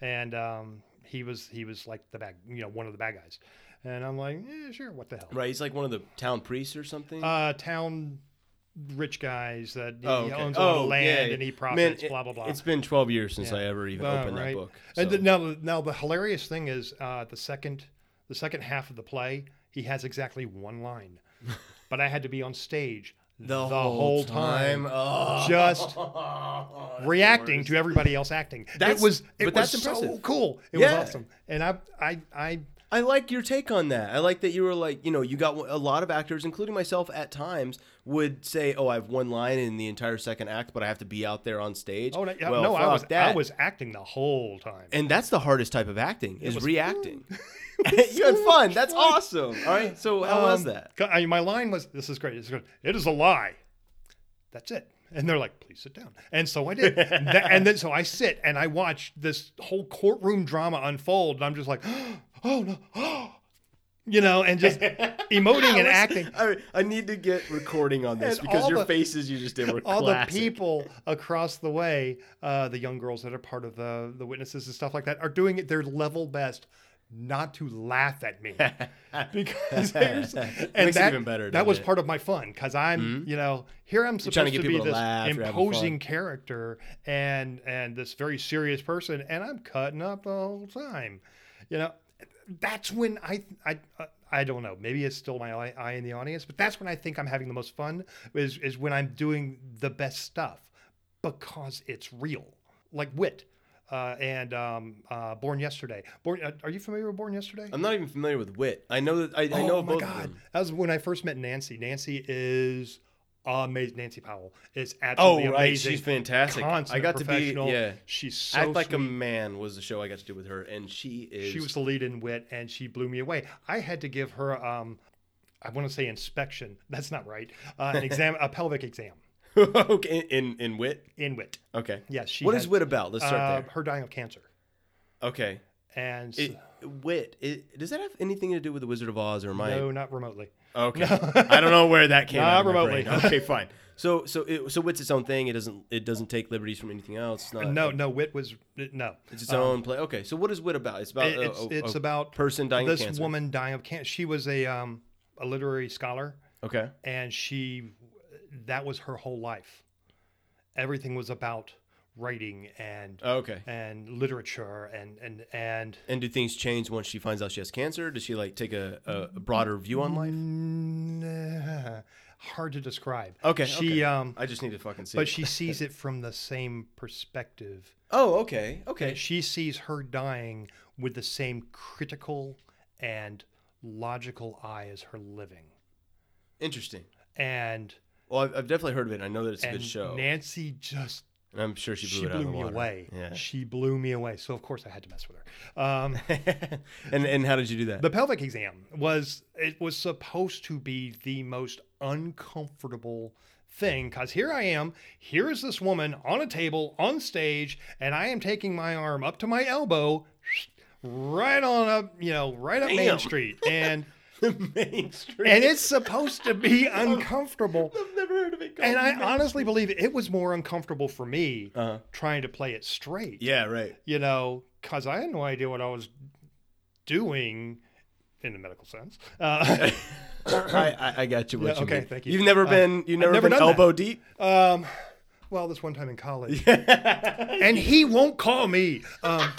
Speaker 3: and um, he was he was like the bad you know one of the bad guys, and I'm like eh, sure what the hell
Speaker 1: Right, he's like one of the town priests or something.
Speaker 3: uh, town rich guys that he
Speaker 1: oh, okay.
Speaker 3: owns a lot
Speaker 1: oh,
Speaker 3: of land
Speaker 1: yeah.
Speaker 3: and he
Speaker 1: Man,
Speaker 3: profits
Speaker 1: it-
Speaker 3: blah blah blah.
Speaker 1: It's been 12 years since
Speaker 3: Yeah.
Speaker 1: I ever even
Speaker 3: Uh,
Speaker 1: opened
Speaker 3: right.
Speaker 1: that book.
Speaker 3: And
Speaker 1: so-
Speaker 3: th- now, now the hilarious thing is uh, the second the second half of the play he has exactly one line, but I had to be on stage the, whole time.
Speaker 1: Oh.
Speaker 3: Just reacting to everybody else acting.
Speaker 1: That's-
Speaker 3: it was
Speaker 1: but
Speaker 3: it was
Speaker 1: that's
Speaker 3: so
Speaker 1: impressive.
Speaker 3: cool. It
Speaker 1: Yeah.
Speaker 3: was awesome. And I I I
Speaker 1: I like your take on that. I like that you were like, you know, you got a lot of actors, including myself at times, would say, "Oh, I have one line in the entire second act, but I have to be out there on stage."
Speaker 3: oh no, yeah,
Speaker 1: Well,
Speaker 3: no I
Speaker 1: fuck
Speaker 3: was
Speaker 1: that.
Speaker 3: I was acting the whole time.
Speaker 1: and that's the hardest type of acting is reacting. you had fun. That's awesome. All right. So how was
Speaker 3: Um,
Speaker 1: that?
Speaker 3: I mean, my line was, "This is great. This is good. It is a lie." That's it. And they're like, "Please sit down." And so I did. and, tha- and then so I sit and I watch this whole courtroom drama unfold, and I'm just like, "Oh no!" you know, and just emoting and acting.
Speaker 1: I, I need to get recording on this
Speaker 3: And
Speaker 1: because
Speaker 3: all
Speaker 1: your
Speaker 3: the-
Speaker 1: faces you just did were
Speaker 3: All
Speaker 1: classic.
Speaker 3: the people across the way, uh, the young girls that are part of the the witnesses and stuff like that, are doing it their level best not to laugh at me. because there's and
Speaker 1: Makes it
Speaker 3: that,
Speaker 1: even better,
Speaker 3: that
Speaker 1: doesn't
Speaker 3: was
Speaker 1: it? Hmm?
Speaker 3: part of my fun because I'm you know here
Speaker 1: trying
Speaker 3: I'm
Speaker 1: to
Speaker 3: supposed
Speaker 1: get
Speaker 3: to, be
Speaker 1: people to
Speaker 3: this
Speaker 1: laugh, you're having fun.
Speaker 3: imposing character and and this very serious person and I'm cutting up the whole time you know that's when I I I don't know maybe it's still my eye, eye in the audience but that's when I think I'm having the most fun is is when I'm doing the best stuff because it's real like wit uh, and um, uh, Born Yesterday. Born, uh, are you familiar with Born Yesterday?
Speaker 1: I'm not even familiar with Wit. I know that Um, I, I know
Speaker 3: oh
Speaker 1: of
Speaker 3: my
Speaker 1: both
Speaker 3: god,
Speaker 1: of them.
Speaker 3: that was when I first met Nancy. Nancy is amazing. Nancy Powell is absolutely amazing.
Speaker 1: Oh, she's fantastic. I
Speaker 3: Consummate
Speaker 1: got to be
Speaker 3: professional.
Speaker 1: yeah.
Speaker 3: She's so
Speaker 1: Act like
Speaker 3: sweet.
Speaker 1: a man was the show I got to do with her, and she is.
Speaker 3: She was the lead in Wit, and she blew me away. I had to give her, um, I want to say inspection. That's not right. Uh, an exam, a pelvic exam
Speaker 1: okay, in in Wit.
Speaker 3: in Wit.
Speaker 1: Okay.
Speaker 3: Yes, she.
Speaker 1: What
Speaker 3: had, um,
Speaker 1: is Wit about? Let's start
Speaker 3: uh,
Speaker 1: there.
Speaker 3: her dying of cancer,
Speaker 1: Okay.
Speaker 3: and
Speaker 1: It, wit. It, does that have anything to do with the Wizard of Oz or my?
Speaker 3: no, not remotely.
Speaker 1: Okay. I don't know where that came
Speaker 3: Not
Speaker 1: out of my
Speaker 3: remotely.
Speaker 1: brain. Okay, fine. So so it, so wit's its own thing. It doesn't it doesn't take liberties from anything else. It's not,
Speaker 3: No, no, Wit was no.
Speaker 1: Uh, It's its own play. Okay. So what is wit about? It's about
Speaker 3: It-
Speaker 1: a-
Speaker 3: it's
Speaker 1: a,
Speaker 3: it's
Speaker 1: a
Speaker 3: about
Speaker 1: person dying
Speaker 3: this
Speaker 1: of cancer.
Speaker 3: woman dying of cancer. She was a um, a literary scholar,
Speaker 1: Okay.
Speaker 3: and she that was her whole life. Everything was about writing and
Speaker 1: Okay.
Speaker 3: and literature and and and
Speaker 1: And do things change once she finds out she has cancer? Does she like take a, a broader view on life?
Speaker 3: Mm, hard to describe.
Speaker 1: Okay. okay.
Speaker 3: she um,
Speaker 1: I just need to fucking see.
Speaker 3: but
Speaker 1: it.
Speaker 3: she sees it from the same perspective.
Speaker 1: Oh, okay. Okay.
Speaker 3: She sees her dying with the same critical and logical eye as her living,
Speaker 1: Interesting.
Speaker 3: and
Speaker 1: Well, I've, I've definitely heard of it. and I know that it's a
Speaker 3: and
Speaker 1: good show.
Speaker 3: Nancy just
Speaker 1: and I'm sure she blew
Speaker 3: she
Speaker 1: it out of
Speaker 3: blew,
Speaker 1: the
Speaker 3: me
Speaker 1: water.
Speaker 3: away.
Speaker 1: Yeah.
Speaker 3: She blew me away. So of course I had to mess with her. Um,
Speaker 1: and and how did you do that?
Speaker 3: the pelvic exam was it was supposed to be the most uncomfortable thing because here I am, here is this woman on a table on stage, and I am taking my arm up to my elbow, right on up, you know, right up
Speaker 1: Damn.
Speaker 3: Main Street, and
Speaker 1: The main Oh. street.
Speaker 3: and it's supposed to be uncomfortable.
Speaker 1: I've never heard of it.
Speaker 3: And I honestly believe it was more uncomfortable for me
Speaker 1: Uh-huh.
Speaker 3: trying to play it straight
Speaker 1: Yeah. Right.
Speaker 3: you know, because I had no idea what I was doing in the medical sense. Uh,
Speaker 1: I, I, I got you. What
Speaker 3: Yeah,
Speaker 1: you
Speaker 3: okay,
Speaker 1: mean.
Speaker 3: thank you.
Speaker 1: You've never
Speaker 3: Uh,
Speaker 1: been. You've never,
Speaker 3: never
Speaker 1: been
Speaker 3: done that.
Speaker 1: elbow deep.
Speaker 3: um, well, this one time in college, and he won't call me. Um,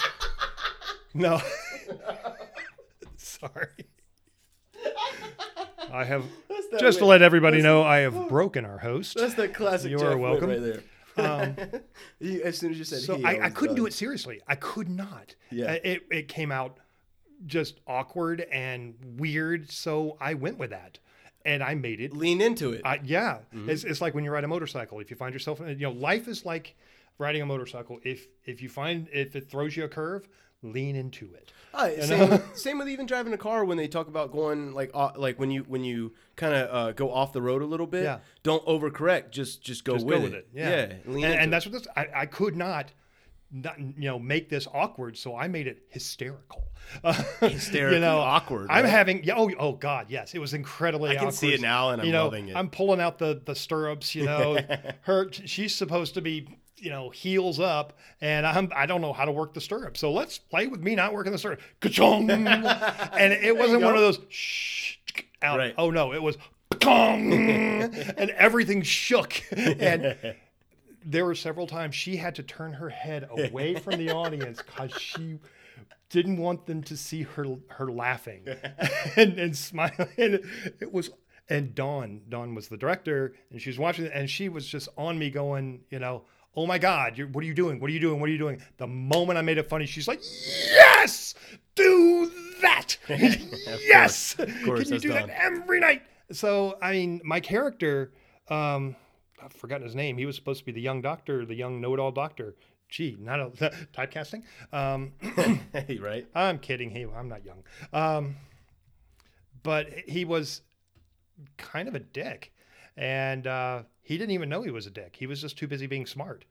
Speaker 3: no, sorry. I have
Speaker 1: That's that
Speaker 3: just to
Speaker 1: wit-
Speaker 3: let everybody know I have broken our host.
Speaker 1: That's the classic.
Speaker 3: You
Speaker 1: Jeff
Speaker 3: are
Speaker 1: wit
Speaker 3: welcome. Um,
Speaker 1: Right there. You- as soon as you said
Speaker 3: So
Speaker 1: he,
Speaker 3: I, I
Speaker 1: was
Speaker 3: couldn't
Speaker 1: done.
Speaker 3: do it seriously. I could not.
Speaker 1: Yeah.
Speaker 3: Uh, It, it came out just awkward and weird. So I went with that and I made it.
Speaker 1: Lean into it.
Speaker 3: I, yeah.
Speaker 1: Mm-hmm.
Speaker 3: It's, it's like when you ride a motorcycle, if you find yourself, you know, life is like riding a motorcycle. If, if you find, if it throws you a curve, lean into it.
Speaker 1: Uh, same, with, same with even driving a car when they talk about going like uh, like when you when you kind of uh, go off the road a little bit.
Speaker 3: Yeah.
Speaker 1: Don't overcorrect. Just just go
Speaker 3: Just
Speaker 1: with
Speaker 3: go with it. Yeah.
Speaker 1: lean
Speaker 3: and,
Speaker 1: into
Speaker 3: and
Speaker 1: it.
Speaker 3: that's what this, I, I could not, not, you know, make this awkward. So I made it hysterical. hysterical.
Speaker 1: Hysterically awkward,
Speaker 3: I'm
Speaker 1: right?
Speaker 3: having, yeah, oh, oh God, yes. It was incredibly
Speaker 1: I can
Speaker 3: awkward.
Speaker 1: see it now and I'm
Speaker 3: you know,
Speaker 1: loving it.
Speaker 3: I'm pulling out the, the stirrups, you know, her, she's supposed to be, you know, heels up and I'm, I don't know how to work the stirrup. So let's play with me not working the stirrup. Ka-chung! and it wasn't one of those shh out.
Speaker 1: Right.
Speaker 3: Oh no, it was ka-chung! and everything shook. And there were several times she had to turn her head away from the audience because she didn't want them to see her her laughing and, and smiling. And it was and Dawn, Dawn was the director, and she was watching it, and she was just on me going, you know, oh my God, you're, what are you doing? What are you doing? What are you doing? The moment I made it funny, she's like, yes, do that. yes.
Speaker 1: course,
Speaker 3: Can you
Speaker 1: that's
Speaker 3: do
Speaker 1: Dawn.
Speaker 3: that every night? So, I mean, my character, um, I've forgotten his name. He was supposed to be the young doctor, the young know-it-all doctor. Gee, not a typecasting. Um,
Speaker 1: hey, right.
Speaker 3: I'm kidding. He, I'm not young. Um, but he was kind of a dick, and uh, he didn't even know he was a dick. He was just too busy being smart.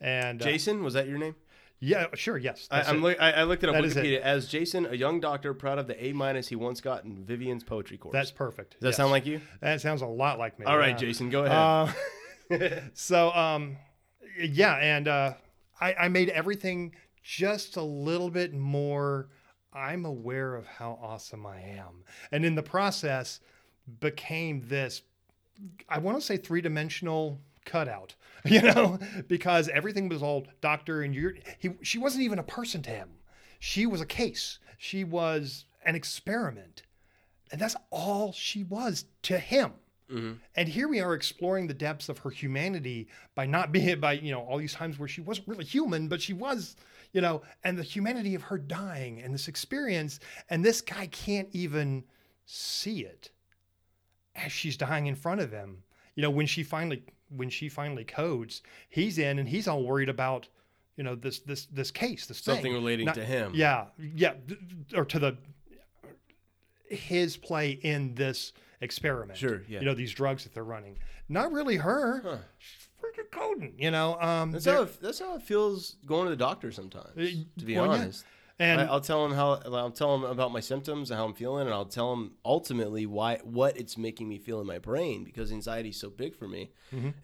Speaker 3: And uh,
Speaker 1: Jason, was that your name?
Speaker 3: yeah, sure, yes.
Speaker 1: I,
Speaker 3: that's
Speaker 1: I'm
Speaker 3: it.
Speaker 1: look, I, I looked it up
Speaker 3: That is it.
Speaker 1: Wikipedia as Jason, a young doctor, proud of the A minus he once got in Vivian's poetry course.
Speaker 3: That's perfect.
Speaker 1: Does that sound like you?
Speaker 3: That sounds a lot like me.
Speaker 1: All right,
Speaker 3: yeah.
Speaker 1: Jason, go ahead.
Speaker 3: Uh, so um, yeah, and uh, I, I made everything just a little bit more. I'm aware of how awesome I am, and in the process, became this. I want to say three dimensional cutout, you know, because everything was all doctor and you're. He she wasn't even a person to him. She was a case. She was an experiment, and that's all she was to him.
Speaker 1: Mm-hmm.
Speaker 3: And here we are exploring the depths of her humanity by not being by you know all these times where she wasn't really human, but she was, you know, and the humanity of her dying and this experience, and this guy can't even see it as she's dying in front of him. You know, when she finally when she finally codes, he's in and he's all worried about you know this this this case this
Speaker 1: Something
Speaker 3: thing.
Speaker 1: relating
Speaker 3: Not-
Speaker 1: to him.
Speaker 3: Yeah, yeah, th- th- or to the his play in this experiment.
Speaker 1: Sure, yeah.
Speaker 3: You know these drugs that they're running. Not really her. She's freaking coding. You know. Um.
Speaker 1: That's
Speaker 3: there-
Speaker 1: how it, that's how it feels going to the doctor sometimes. To be
Speaker 3: well, yeah.
Speaker 1: honest,
Speaker 3: And
Speaker 1: I, I'll tell him how I'll tell him about my symptoms and how I'm feeling, and I'll tell him ultimately why what it's making me feel in my brain because anxiety's so big for me.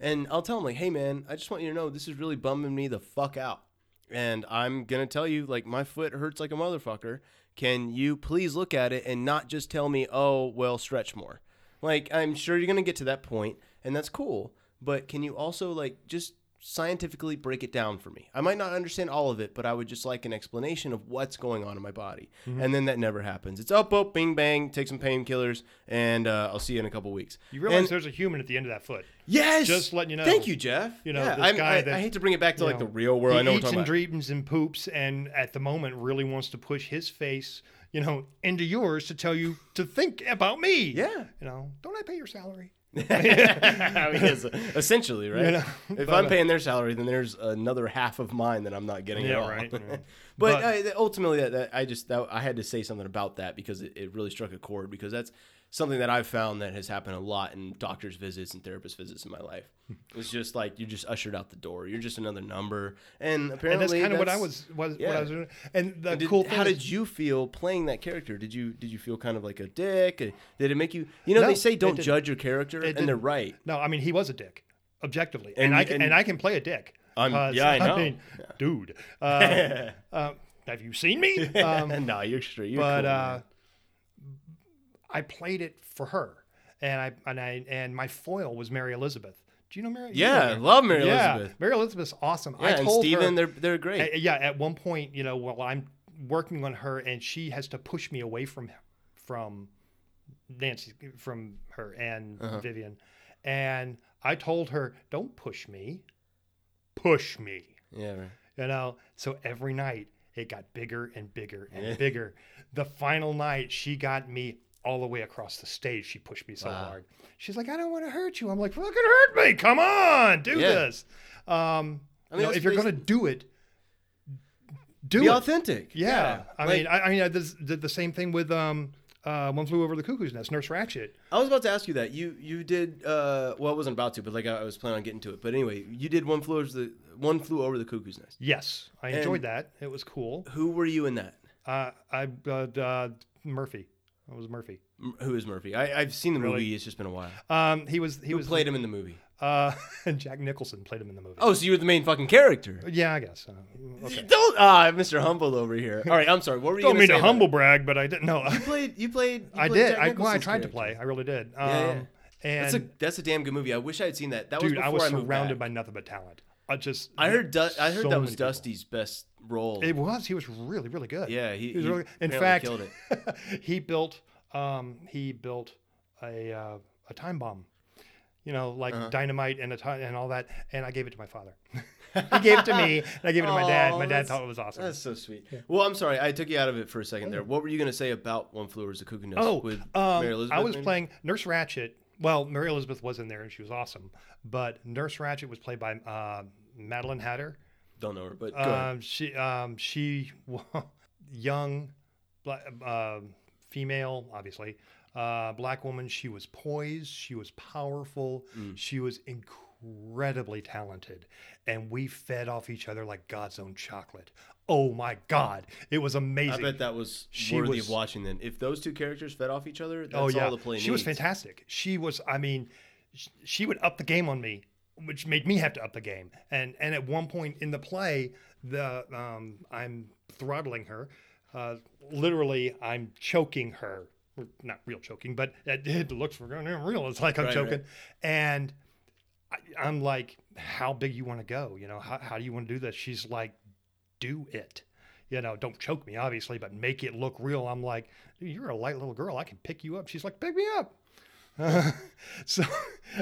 Speaker 1: And I'll tell him like, hey man, I just want you to know this is really bumming me the fuck out, and I'm gonna tell you like my foot hurts like a motherfucker. Can you please look at it and not just tell me, oh well, stretch more. Like I'm sure you're gonna get to that point, and that's cool. But can you also like just scientifically break it down for me? I might not understand all of it, but I would just like an explanation of what's going on in my body.
Speaker 3: Mm-hmm.
Speaker 1: And then that never happens. It's up, up, bing, bang. Take some painkillers, and uh, I'll see you in a couple weeks.
Speaker 3: you realize
Speaker 1: And-
Speaker 3: there's a human at the end of that foot.
Speaker 1: yes,
Speaker 3: just letting you know.
Speaker 1: Thank you, Jeff.
Speaker 3: You know,
Speaker 1: Yeah,
Speaker 3: this
Speaker 1: I'm-
Speaker 3: guy
Speaker 1: I,
Speaker 3: that-
Speaker 1: I hate to bring it back to
Speaker 3: you
Speaker 1: like
Speaker 3: know,
Speaker 1: the real world. I know
Speaker 3: he
Speaker 1: we're
Speaker 3: eats
Speaker 1: talking about.
Speaker 3: and dreams and poops, and at the moment really wants to push his face, you know, into yours to tell you to think about me.
Speaker 1: Yeah.
Speaker 3: You know, don't I pay your salary?
Speaker 1: I mean, it's essentially, right?
Speaker 3: You know,
Speaker 1: if
Speaker 3: but,
Speaker 1: I'm
Speaker 3: uh,
Speaker 1: paying their salary, then there's another half of mine that I'm not getting at
Speaker 3: Yeah,
Speaker 1: all.
Speaker 3: right, right.
Speaker 1: but
Speaker 3: But-
Speaker 1: uh, th- ultimately, that, that I just that, I had to say something about that because it, it really struck a chord because that's something that I've found that has happened a lot in doctors' visits and therapist visits in my life.
Speaker 3: Hmm.
Speaker 1: It's just like you're just ushered out the door. You're just another number, and apparently
Speaker 3: And that's kind of what I
Speaker 1: that's-
Speaker 3: was was what
Speaker 1: yeah.
Speaker 3: I was doing. And the
Speaker 1: Did-
Speaker 3: cool thing
Speaker 1: how
Speaker 3: is-
Speaker 1: did you feel playing that character? Did you did you feel kind of like a dick? Did it make you? You know,
Speaker 3: No,
Speaker 1: they say
Speaker 3: it
Speaker 1: don't
Speaker 3: didn't.
Speaker 1: judge your character, and
Speaker 3: didn't.
Speaker 1: they're right.
Speaker 3: No, I mean he was a dick, objectively,
Speaker 1: And-
Speaker 3: and, I can
Speaker 1: and-
Speaker 3: and, I can play a dick. Uh,
Speaker 1: I'm-
Speaker 3: 'cause,
Speaker 1: yeah, I know.
Speaker 3: dude. Uh, uh, have you seen me? Um,
Speaker 1: no, you're straight. You're
Speaker 3: but
Speaker 1: cool, man.
Speaker 3: uh, I played it for her, and I and I and my foil was Mary Elizabeth. Do you know Mary? you know
Speaker 1: Yeah, love Mary
Speaker 3: yeah,
Speaker 1: Elizabeth.
Speaker 3: Mary Elizabeth's awesome. I
Speaker 1: Yeah, and
Speaker 3: told
Speaker 1: Steven,
Speaker 3: her,
Speaker 1: they're they're great.
Speaker 3: Uh, yeah at one point you know while i'm working on her and she has to push me away from from nancy from her and vivian and i told her don't push me push me
Speaker 1: yeah, right.
Speaker 3: you know so every night it got bigger and bigger and bigger the final night she got me all the way across the stage she pushed me so hard she's like i don't want to hurt you i'm like fucking hurt me come on do
Speaker 1: Yeah.
Speaker 3: this um
Speaker 1: I mean,
Speaker 3: you know,
Speaker 1: that's
Speaker 3: if you're
Speaker 1: basi-
Speaker 3: gonna do it do
Speaker 1: be
Speaker 3: it
Speaker 1: authentic.
Speaker 3: yeah, i
Speaker 1: Like,
Speaker 3: mean i, I mean I this, did the same thing with um uh one flew over the cuckoo's nest nurse ratchet
Speaker 1: I was about to ask you that. You you did uh well, I wasn't about to, but like I, I was planning on getting to it. But anyway, you did one flew over the one flew over the cuckoo's nest.
Speaker 3: yes i enjoyed that it was cool
Speaker 1: Who were you in that?
Speaker 3: uh i uh, uh murphy that was murphy
Speaker 1: M- Who is Murphy? I, I've seen the movie. It's just been a while.
Speaker 3: um he was he
Speaker 1: Who
Speaker 3: was
Speaker 1: played him in the movie?
Speaker 3: uh jack nicholson played him in the movie
Speaker 1: Oh, so you were the main fucking character.
Speaker 3: yeah i guess uh, okay
Speaker 1: Oh, Don't ah, Mr. Humble over here. All right, I'm sorry. What were you?
Speaker 3: don't
Speaker 1: gonna
Speaker 3: mean
Speaker 1: say
Speaker 3: to
Speaker 1: about-
Speaker 3: humble brag but i didn't know
Speaker 1: You played. You played. You
Speaker 3: i
Speaker 1: played
Speaker 3: did
Speaker 1: Jack
Speaker 3: i well, i
Speaker 1: Nicholson's
Speaker 3: tried to
Speaker 1: character.
Speaker 3: play i really did um
Speaker 1: yeah.
Speaker 3: and
Speaker 1: That's a that's a damn good movie. I wish I had seen that. That was
Speaker 3: dude
Speaker 1: before
Speaker 3: i was
Speaker 1: moved
Speaker 3: surrounded
Speaker 1: back.
Speaker 3: by nothing but talent i just
Speaker 1: I heard. Du- I heard that
Speaker 3: so many
Speaker 1: was
Speaker 3: people.
Speaker 1: Dusty's best role.
Speaker 3: It was. He was really, really good.
Speaker 1: Yeah, he-
Speaker 3: was
Speaker 1: he
Speaker 3: really, in
Speaker 1: apparently
Speaker 3: fact,
Speaker 1: killed
Speaker 3: he built um, he built a uh, a time bomb. You know, like
Speaker 1: Uh-huh.
Speaker 3: dynamite and a time and all that. And I gave it to my father. he gave it to me, and I gave it to my dad.
Speaker 1: Aw,
Speaker 3: My dad
Speaker 1: that's-
Speaker 3: thought it was awesome.
Speaker 1: That's so sweet. Well, I'm sorry, I took you out of it for a second there. What were you gonna say about One Flew Over the Cuckoo Nest?
Speaker 3: Oh,
Speaker 1: with
Speaker 3: um,
Speaker 1: Mary Elizabeth?
Speaker 3: I was
Speaker 1: maybe?
Speaker 3: playing Nurse Ratchet. Well, Mary Elizabeth was in there, and she was awesome. But Nurse Ratchet was played by uh, Madeline Hatter.
Speaker 1: Don't know her, but go ahead.
Speaker 3: Um, she um, she young black, uh, female, obviously uh, black woman. She was poised. She was powerful.
Speaker 1: Mm.
Speaker 3: She was incredibly talented, and we fed off each other like God's own chocolate. Oh my God, it was
Speaker 1: I
Speaker 3: amazing.
Speaker 1: bet that was
Speaker 3: she
Speaker 1: worthy
Speaker 3: was-
Speaker 1: of watching. Then, if those two characters fed off each other, that's
Speaker 3: oh yeah,
Speaker 1: all the play
Speaker 3: she was
Speaker 1: needs.
Speaker 3: fantastic. She was. I mean, sh- she would up the game on me, which made me have to up the game. And and at one point in the play, the um, I'm throttling her. Uh, literally, I'm choking her. Or Not real choking, but it, it looks real. It's like I'm
Speaker 1: Right, right.
Speaker 3: choking, and I, I'm like, "How big you want to go? You know, how how do you want to do this?" She's like, do it. You know, don't choke me, obviously, but make it look real. I'm like, "Dude, you're a light little girl. I can pick you up. She's like, pick me up. so,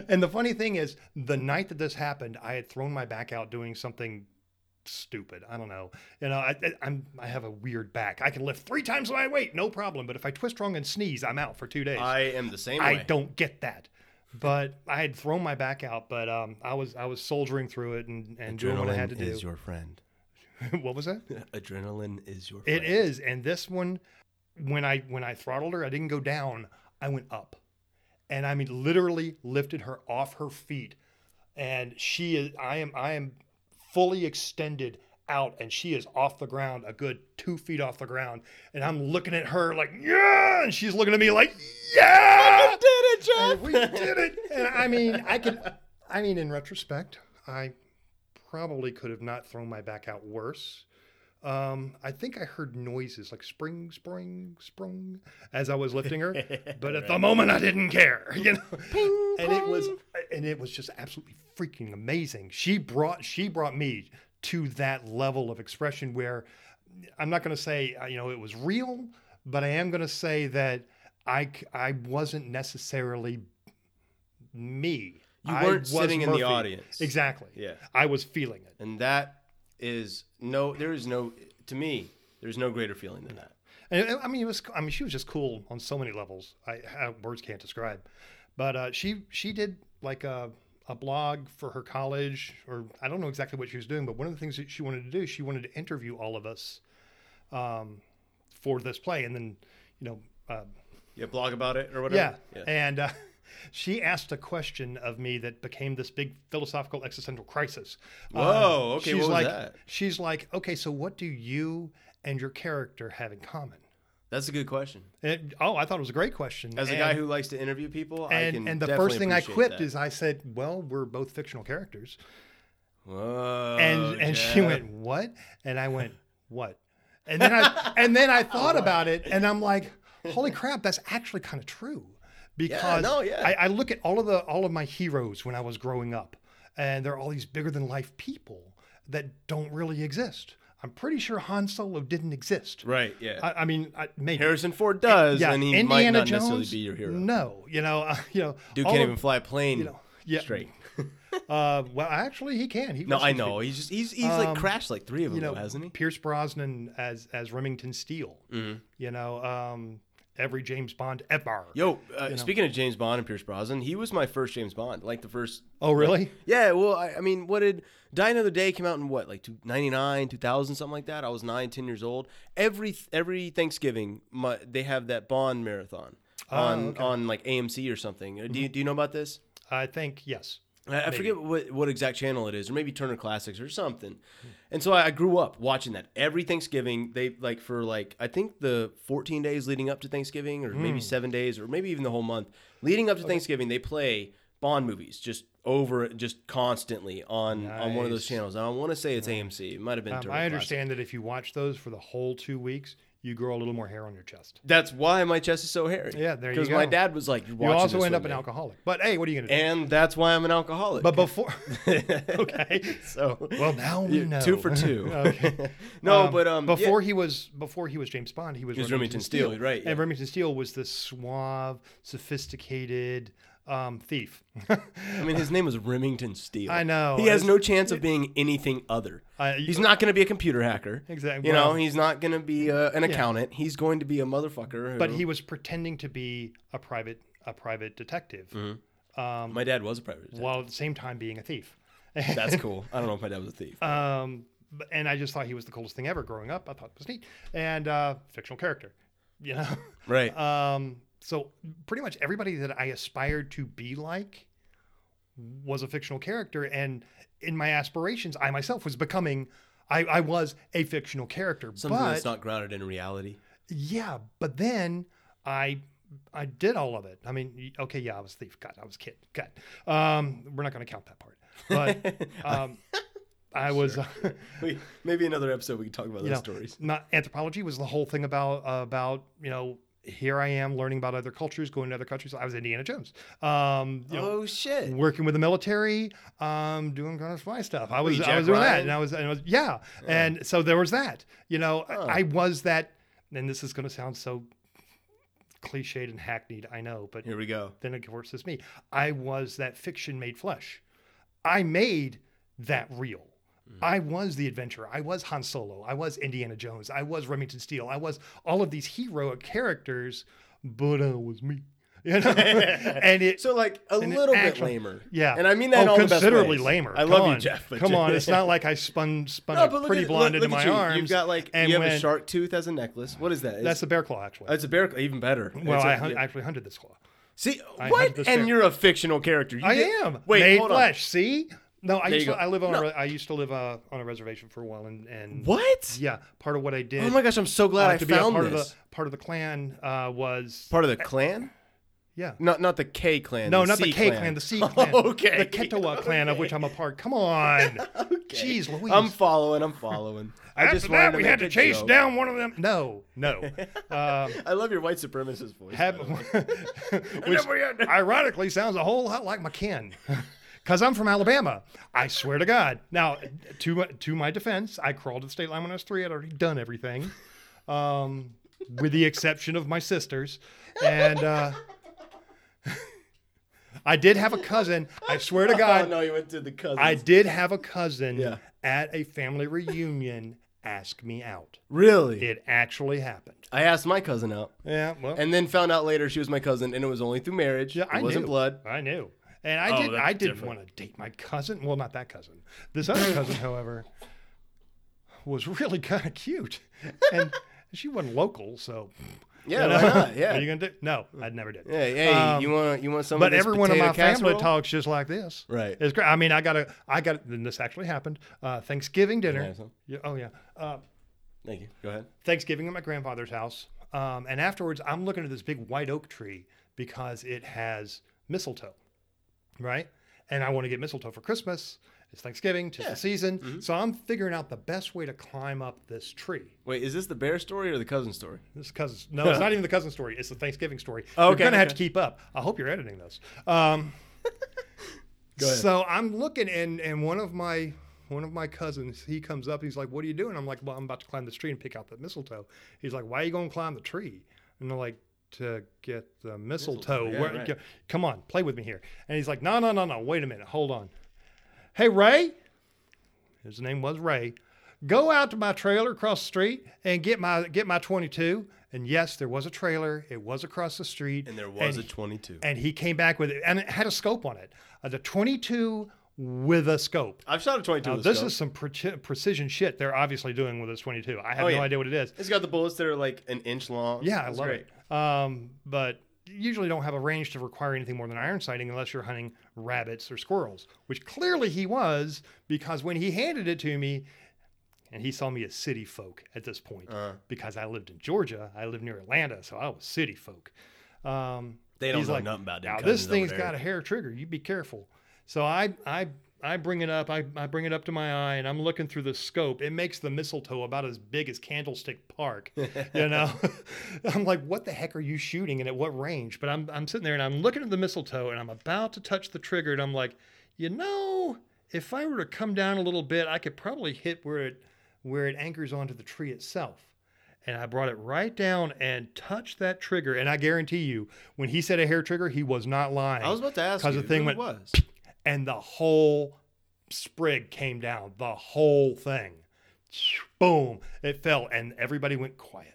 Speaker 3: and the funny thing is, the night that this happened, I had thrown my back out doing something stupid. I don't know. You know, I, I, I'm I have a weird back. I can lift three times my weight, no problem. But if I twist wrong and sneeze, I'm out for two days.
Speaker 1: I am the same
Speaker 3: I
Speaker 1: way.
Speaker 3: don't get that. But I had thrown my back out, but um, I was I was soldiering through it and, and doing what I had to do.
Speaker 1: your friend.
Speaker 3: what was that?
Speaker 1: Adrenaline is your
Speaker 3: It is, and this one, when I when I throttled her, I didn't go down. I went up, and I mean literally lifted her off her feet, and she is. I am. I am fully extended out, and she is off the ground, a good two feet off the ground, and I'm looking at her like yeah, and she's looking at me like yeah.
Speaker 1: did it,
Speaker 3: And we did it. And I mean, I could. I mean, in retrospect, I probably could have not thrown my back out worse. Um, I think I heard noises like spring, spring, spring as I was lifting her, but at the moment I didn't care, you know. and it was, and it was just absolutely freaking amazing. She brought, she brought me to that level of expression where I'm not going to say uh, you know it was real, but I am going to say that I c- I wasn't necessarily me.
Speaker 1: You
Speaker 3: I
Speaker 1: weren't
Speaker 3: was
Speaker 1: sitting in the
Speaker 3: Murphy.
Speaker 1: audience.
Speaker 3: Exactly.
Speaker 1: Yeah.
Speaker 3: I was feeling it.
Speaker 1: And that is no, there is no, to me, there's no greater feeling than that.
Speaker 3: And and, I mean, it was. I mean, she was just cool on so many levels. I, I words can't describe. But uh, she she did like a a blog for her college, or I don't know exactly what she was doing. But one of the things that she wanted to do, she wanted to interview all of us, um, for this play, and then you know. Uh,
Speaker 1: You blog about it or
Speaker 3: yeah.
Speaker 1: whatever?
Speaker 3: And uh, she asked a question of me that became this big philosophical existential crisis.
Speaker 1: Whoa, Oh, okay,
Speaker 3: She's
Speaker 1: what was
Speaker 3: like,
Speaker 1: that?
Speaker 3: She's like, okay, so what do you and your character have in common?
Speaker 1: That's a good question.
Speaker 3: And, oh, I thought it was a great question.
Speaker 1: As a
Speaker 3: And-
Speaker 1: guy who likes to interview people, I can
Speaker 3: and, and the
Speaker 1: definitely
Speaker 3: first thing I
Speaker 1: appreciate
Speaker 3: quipped
Speaker 1: that.
Speaker 3: is I said, well, we're both fictional characters.
Speaker 1: Whoa,
Speaker 3: and and she
Speaker 1: Jeff.
Speaker 3: went what and i went what and then i and then i thought about it and i'm like holy crap that's actually kind of true because
Speaker 1: no, yeah.
Speaker 3: I, I look at all of the all of my heroes when i was growing up and they're all these bigger than life people that don't really exist i'm pretty sure han solo didn't exist
Speaker 1: Right, yeah.
Speaker 3: i, I mean I, maybe
Speaker 1: Harrison Ford does,
Speaker 3: yeah,
Speaker 1: and he
Speaker 3: Indiana
Speaker 1: might not
Speaker 3: Jones,
Speaker 1: necessarily be your hero.
Speaker 3: No, you know, you know,
Speaker 1: Dude
Speaker 3: all
Speaker 1: can't
Speaker 3: of-
Speaker 1: even fly a plane
Speaker 3: know, yeah.
Speaker 1: straight.
Speaker 3: Uh, well, actually, he can. He
Speaker 1: No,
Speaker 3: was
Speaker 1: I
Speaker 3: supposed to be-
Speaker 1: know. He's just he's he's like crashed like three of them,
Speaker 3: Um, you know,
Speaker 1: though, hasn't he?
Speaker 3: Pierce Brosnan as as Remington Steele.
Speaker 1: Mm-hmm.
Speaker 3: You know, um, every James Bond ever.
Speaker 1: Yo, uh, speaking of James Bond and Pierce Brosnan, he was my first James Bond, like the first.
Speaker 3: Oh, really?
Speaker 1: Yeah, well, I, I mean, what did Die Another Day came out in what, like two, 99, 2000, something like that? I was nine, ten years old. Every every Thanksgiving, my, they have that Bond marathon on on like AMC or something. Uh, Do you, do you know about this?
Speaker 3: I think yes. Um,
Speaker 1: I, I forget what, what exact channel it is, or maybe Turner Classics or something. And so I, I grew up watching that every Thanksgiving. They like for like I think the 14 days leading up to Thanksgiving, or
Speaker 3: Hmm.
Speaker 1: maybe seven days, or maybe even the whole month leading up to Thanksgiving, they play Bond movies just over, just constantly on on one of those
Speaker 3: Nice.
Speaker 1: channels. And I want to say it's AMC. It might have been.
Speaker 3: Um,
Speaker 1: Turner
Speaker 3: I
Speaker 1: Classics.
Speaker 3: understand that if you watch those for the whole two weeks, you grow a little more hair on your chest.
Speaker 1: That's why my chest is so hairy.
Speaker 3: Yeah, there you
Speaker 1: Because my
Speaker 3: go.
Speaker 1: dad was like, "You're
Speaker 3: You
Speaker 1: watching
Speaker 3: also
Speaker 1: this
Speaker 3: end
Speaker 1: with
Speaker 3: up an
Speaker 1: me."
Speaker 3: alcoholic. But hey, what are you gonna do?
Speaker 1: And that's why I'm an alcoholic.
Speaker 3: but before, okay.
Speaker 1: so
Speaker 3: Well, now we
Speaker 1: Yeah,
Speaker 3: know.
Speaker 1: two for two.
Speaker 3: okay.
Speaker 1: no, but um, yeah.
Speaker 3: before he was before he was James Bond, he was,
Speaker 1: He was Remington Steele, right, yeah.
Speaker 3: And Remington Steele was this suave, sophisticated um, thief.
Speaker 1: I mean, his name was Remington Steele.
Speaker 3: I know.
Speaker 1: He has
Speaker 3: It's-
Speaker 1: no chance of being anything other.
Speaker 3: I-
Speaker 1: he's not going to be a computer hacker.
Speaker 3: Exact-
Speaker 1: You know,
Speaker 3: well-
Speaker 1: he's not going to be uh, an accountant. He's going to be a motherfucker. Who,
Speaker 3: but he was pretending to be a private a private detective
Speaker 1: my dad was a private detective.
Speaker 3: while at the same time being a thief.
Speaker 1: That's cool. I don't know if my dad was a thief.
Speaker 3: Um, b- and I just thought he was the coolest thing ever growing up. I thought it was neat and uh, fictional character, you know.
Speaker 1: right.
Speaker 3: Um, so pretty much everybody that I aspired to be like was a fictional character, and in my aspirations, I myself was becoming. I, I was a fictional character,
Speaker 1: Something
Speaker 3: but
Speaker 1: that's not grounded in reality.
Speaker 3: yeah, but then I I did all of it. I mean, y- okay, yeah, I was a thief. God, I was a kid. God, um, we're not going to count that part. But um, I was.
Speaker 1: Wait, maybe another episode we can talk about those
Speaker 3: you know,
Speaker 1: stories.
Speaker 3: Not anthropology was the whole thing about about you know here I am learning about other cultures, going to other countries. I was Indiana Jones, um, you know,
Speaker 1: oh shit.
Speaker 3: working with the military, um, doing kind of spy stuff. I was
Speaker 1: you, Oh.
Speaker 3: I
Speaker 1: Jack
Speaker 3: was doing
Speaker 1: Ryan?
Speaker 3: that, and I was and I was yeah, and so there was that. You know, I, I was that, and this is going to sound so cliched and hackneyed, I know, but
Speaker 1: Here we go.
Speaker 3: then of course it's me. I was that fiction made flesh. I made that real.
Speaker 1: Mm.
Speaker 3: I was the adventurer. I was Han Solo. I was Indiana Jones. I was Remington Steele. I was all of these heroic characters, but I was me. You know, and it
Speaker 1: So like a
Speaker 3: an
Speaker 1: little
Speaker 3: actual-
Speaker 1: bit lamer.
Speaker 3: yeah,
Speaker 1: and I mean that in
Speaker 3: oh,
Speaker 1: all the best
Speaker 3: considerably
Speaker 1: ways.
Speaker 3: lamer.
Speaker 1: I
Speaker 3: Come
Speaker 1: love you,
Speaker 3: on.
Speaker 1: Jeff. but-
Speaker 3: Come on, it's not like I spun spun
Speaker 1: No,
Speaker 3: a
Speaker 1: but look
Speaker 3: pretty
Speaker 1: at-
Speaker 3: blonde
Speaker 1: look-
Speaker 3: into
Speaker 1: look
Speaker 3: my
Speaker 1: at you.
Speaker 3: arms.
Speaker 1: You've got like
Speaker 3: and
Speaker 1: you have a
Speaker 3: when-
Speaker 1: shark tooth as a necklace. What is that? It's-
Speaker 3: That's a bear claw, actually.
Speaker 1: It's a bear. Even better.
Speaker 3: well,
Speaker 1: It's a-
Speaker 3: I hun-
Speaker 1: yeah.
Speaker 3: actually hunted this claw.
Speaker 1: see
Speaker 3: I
Speaker 1: what?
Speaker 3: hunted this
Speaker 1: and
Speaker 3: bear.
Speaker 1: you're a fictional character. You
Speaker 3: I
Speaker 1: did-
Speaker 3: am.
Speaker 1: Wait,
Speaker 3: made
Speaker 1: hold
Speaker 3: flesh. See? No, I
Speaker 1: There
Speaker 3: used
Speaker 1: you
Speaker 3: to,
Speaker 1: go.
Speaker 3: I live on.
Speaker 1: No.
Speaker 3: A, re- I used to live uh, on a reservation for a while, and and
Speaker 1: on. What?
Speaker 3: Yeah, part of what I did.
Speaker 1: Oh my gosh! I'm so glad
Speaker 3: uh,
Speaker 1: I
Speaker 3: to
Speaker 1: found
Speaker 3: be a part
Speaker 1: this.
Speaker 3: of the part of the clan uh, was
Speaker 1: part of the clan.
Speaker 3: yeah.
Speaker 1: Not not the K clan.
Speaker 3: No,
Speaker 1: the
Speaker 3: not
Speaker 1: C
Speaker 3: the K clan. the C clan.
Speaker 1: Okay.
Speaker 3: The Ketowa clan, of which I'm a part. Come on. Jeez Louise.
Speaker 1: I'm following. I'm following. I
Speaker 3: After
Speaker 1: just wanted
Speaker 3: that,
Speaker 1: to
Speaker 3: we had to
Speaker 1: make a
Speaker 3: chase
Speaker 1: joke.
Speaker 3: down one of them. No, no. um,
Speaker 1: I love your white supremacist voice.
Speaker 3: have,
Speaker 1: by the way.
Speaker 3: which
Speaker 1: never had to-
Speaker 3: ironically sounds a whole lot like my kin. Cause I'm from Alabama. I swear to God. Now, to my, to my defense, I crawled to the state line when I was three. I'd already done everything, um, with the exception of my sisters, and uh, I did have a cousin. I swear to God,
Speaker 1: Oh no, you went to the cousins.
Speaker 3: I did have a cousin
Speaker 1: Yeah.
Speaker 3: at a family reunion ask me out.
Speaker 1: really.
Speaker 3: It actually happened.
Speaker 1: I asked my cousin out,
Speaker 3: Yeah, well,
Speaker 1: and then found out later she was my cousin, and it was only through marriage.
Speaker 3: Oh. Yeah,
Speaker 1: it
Speaker 3: I
Speaker 1: wasn't
Speaker 3: knew.
Speaker 1: blood.
Speaker 3: I knew. And I
Speaker 1: Oh,
Speaker 3: did.
Speaker 1: that's
Speaker 3: I didn't
Speaker 1: different.
Speaker 3: want to date my cousin. Well, not that cousin. This other cousin, however, was really kind of cute, and she wasn't local, so
Speaker 1: Yeah,
Speaker 3: you
Speaker 1: why
Speaker 3: know,
Speaker 1: not? Yeah.
Speaker 3: What are you gonna do? No, I'd never did. Um,
Speaker 1: Hey, hey, you want you want some?
Speaker 3: But
Speaker 1: of this
Speaker 3: every one of
Speaker 1: potato
Speaker 3: my
Speaker 1: casserole?
Speaker 3: family talks just like this.
Speaker 1: Right.
Speaker 3: It's great. I mean, I got a, I got, and this actually happened. Uh, Thanksgiving
Speaker 1: Can I
Speaker 3: dinner.
Speaker 1: have some?
Speaker 3: Yeah, oh yeah. Uh,
Speaker 1: Thank you. Go ahead.
Speaker 3: Thanksgiving at my grandfather's house. Um, and afterwards, I'm looking at this big white oak tree because it has mistletoe, right? And I want to get mistletoe for Christmas. It's Thanksgiving, tis the season. So I'm figuring out the best way to climb up this tree.
Speaker 1: Wait, is this the bear story or the cousin story?
Speaker 3: This is cousin. No, it's not even the cousin story. It's the Thanksgiving story. You're
Speaker 1: Oh, Okay,
Speaker 3: gonna have to
Speaker 1: okay.
Speaker 3: keep up. I hope you're editing this. Um,
Speaker 1: Go ahead.
Speaker 3: So I'm looking, and and one of my one of my cousins, he comes up. He's like, "What are you doing?" I'm like, "Well, I'm about to climb this tree and pick out the mistletoe." He's like, "Why are you gonna climb the tree?" And they're like, "To get the mistletoe."
Speaker 1: yeah,
Speaker 3: Where-
Speaker 1: right.
Speaker 3: go- Come on, play with me here. And he's like, "No, no, no, no. Wait a minute. Hold on. Hey, Ray." His name was Ray. Go out to my trailer across the street and get my get my 22. And yes, there was a trailer. It was across the street.
Speaker 1: And there was
Speaker 3: and,
Speaker 1: a 22.
Speaker 3: and he came back with it, and it had a scope on it. Uh, the 22 with a scope.
Speaker 1: I've shot a 22.
Speaker 3: Now,
Speaker 1: with
Speaker 3: this
Speaker 1: scope.
Speaker 3: is some pre- precision shit they're obviously doing with this 22. I have
Speaker 1: Oh,
Speaker 3: no
Speaker 1: yeah.
Speaker 3: idea what it is.
Speaker 1: It's got the bullets that are like an inch long.
Speaker 3: Yeah, I
Speaker 1: It's
Speaker 3: love
Speaker 1: great.
Speaker 3: it. Um, but usually don't have a range to require anything more than iron sighting unless you're hunting rabbits or squirrels, which clearly he was because when he handed it to me, and he saw me as city folk at this point
Speaker 1: Uh-huh.
Speaker 3: because I lived in Georgia, I lived near Atlanta, so I was city folk. Um,
Speaker 1: They don't
Speaker 3: he's
Speaker 1: know
Speaker 3: like,
Speaker 1: nothing about them
Speaker 3: Now this
Speaker 1: cousins over
Speaker 3: thing's
Speaker 1: there."
Speaker 3: got a hair trigger. You be careful. So I I I bring it up. I, I bring it up to my eye, and I'm looking through the scope. It makes the mistletoe about as big as Candlestick Park. You know, I'm like, what the heck are you shooting, and at what range? But I'm I'm sitting there, and I'm looking at the mistletoe, and I'm about to touch the trigger, and I'm like, you know, if I were to come down a little bit, I could probably hit where it where it anchors onto the tree itself and I brought it right down and touched that trigger. And I guarantee you, when he said a hair trigger, he was not lying.
Speaker 1: I was about to ask you.
Speaker 3: Because the thing
Speaker 1: what
Speaker 3: went,
Speaker 1: it was.
Speaker 3: and the whole sprig came down. The whole thing, boom! It fell, and everybody went quiet.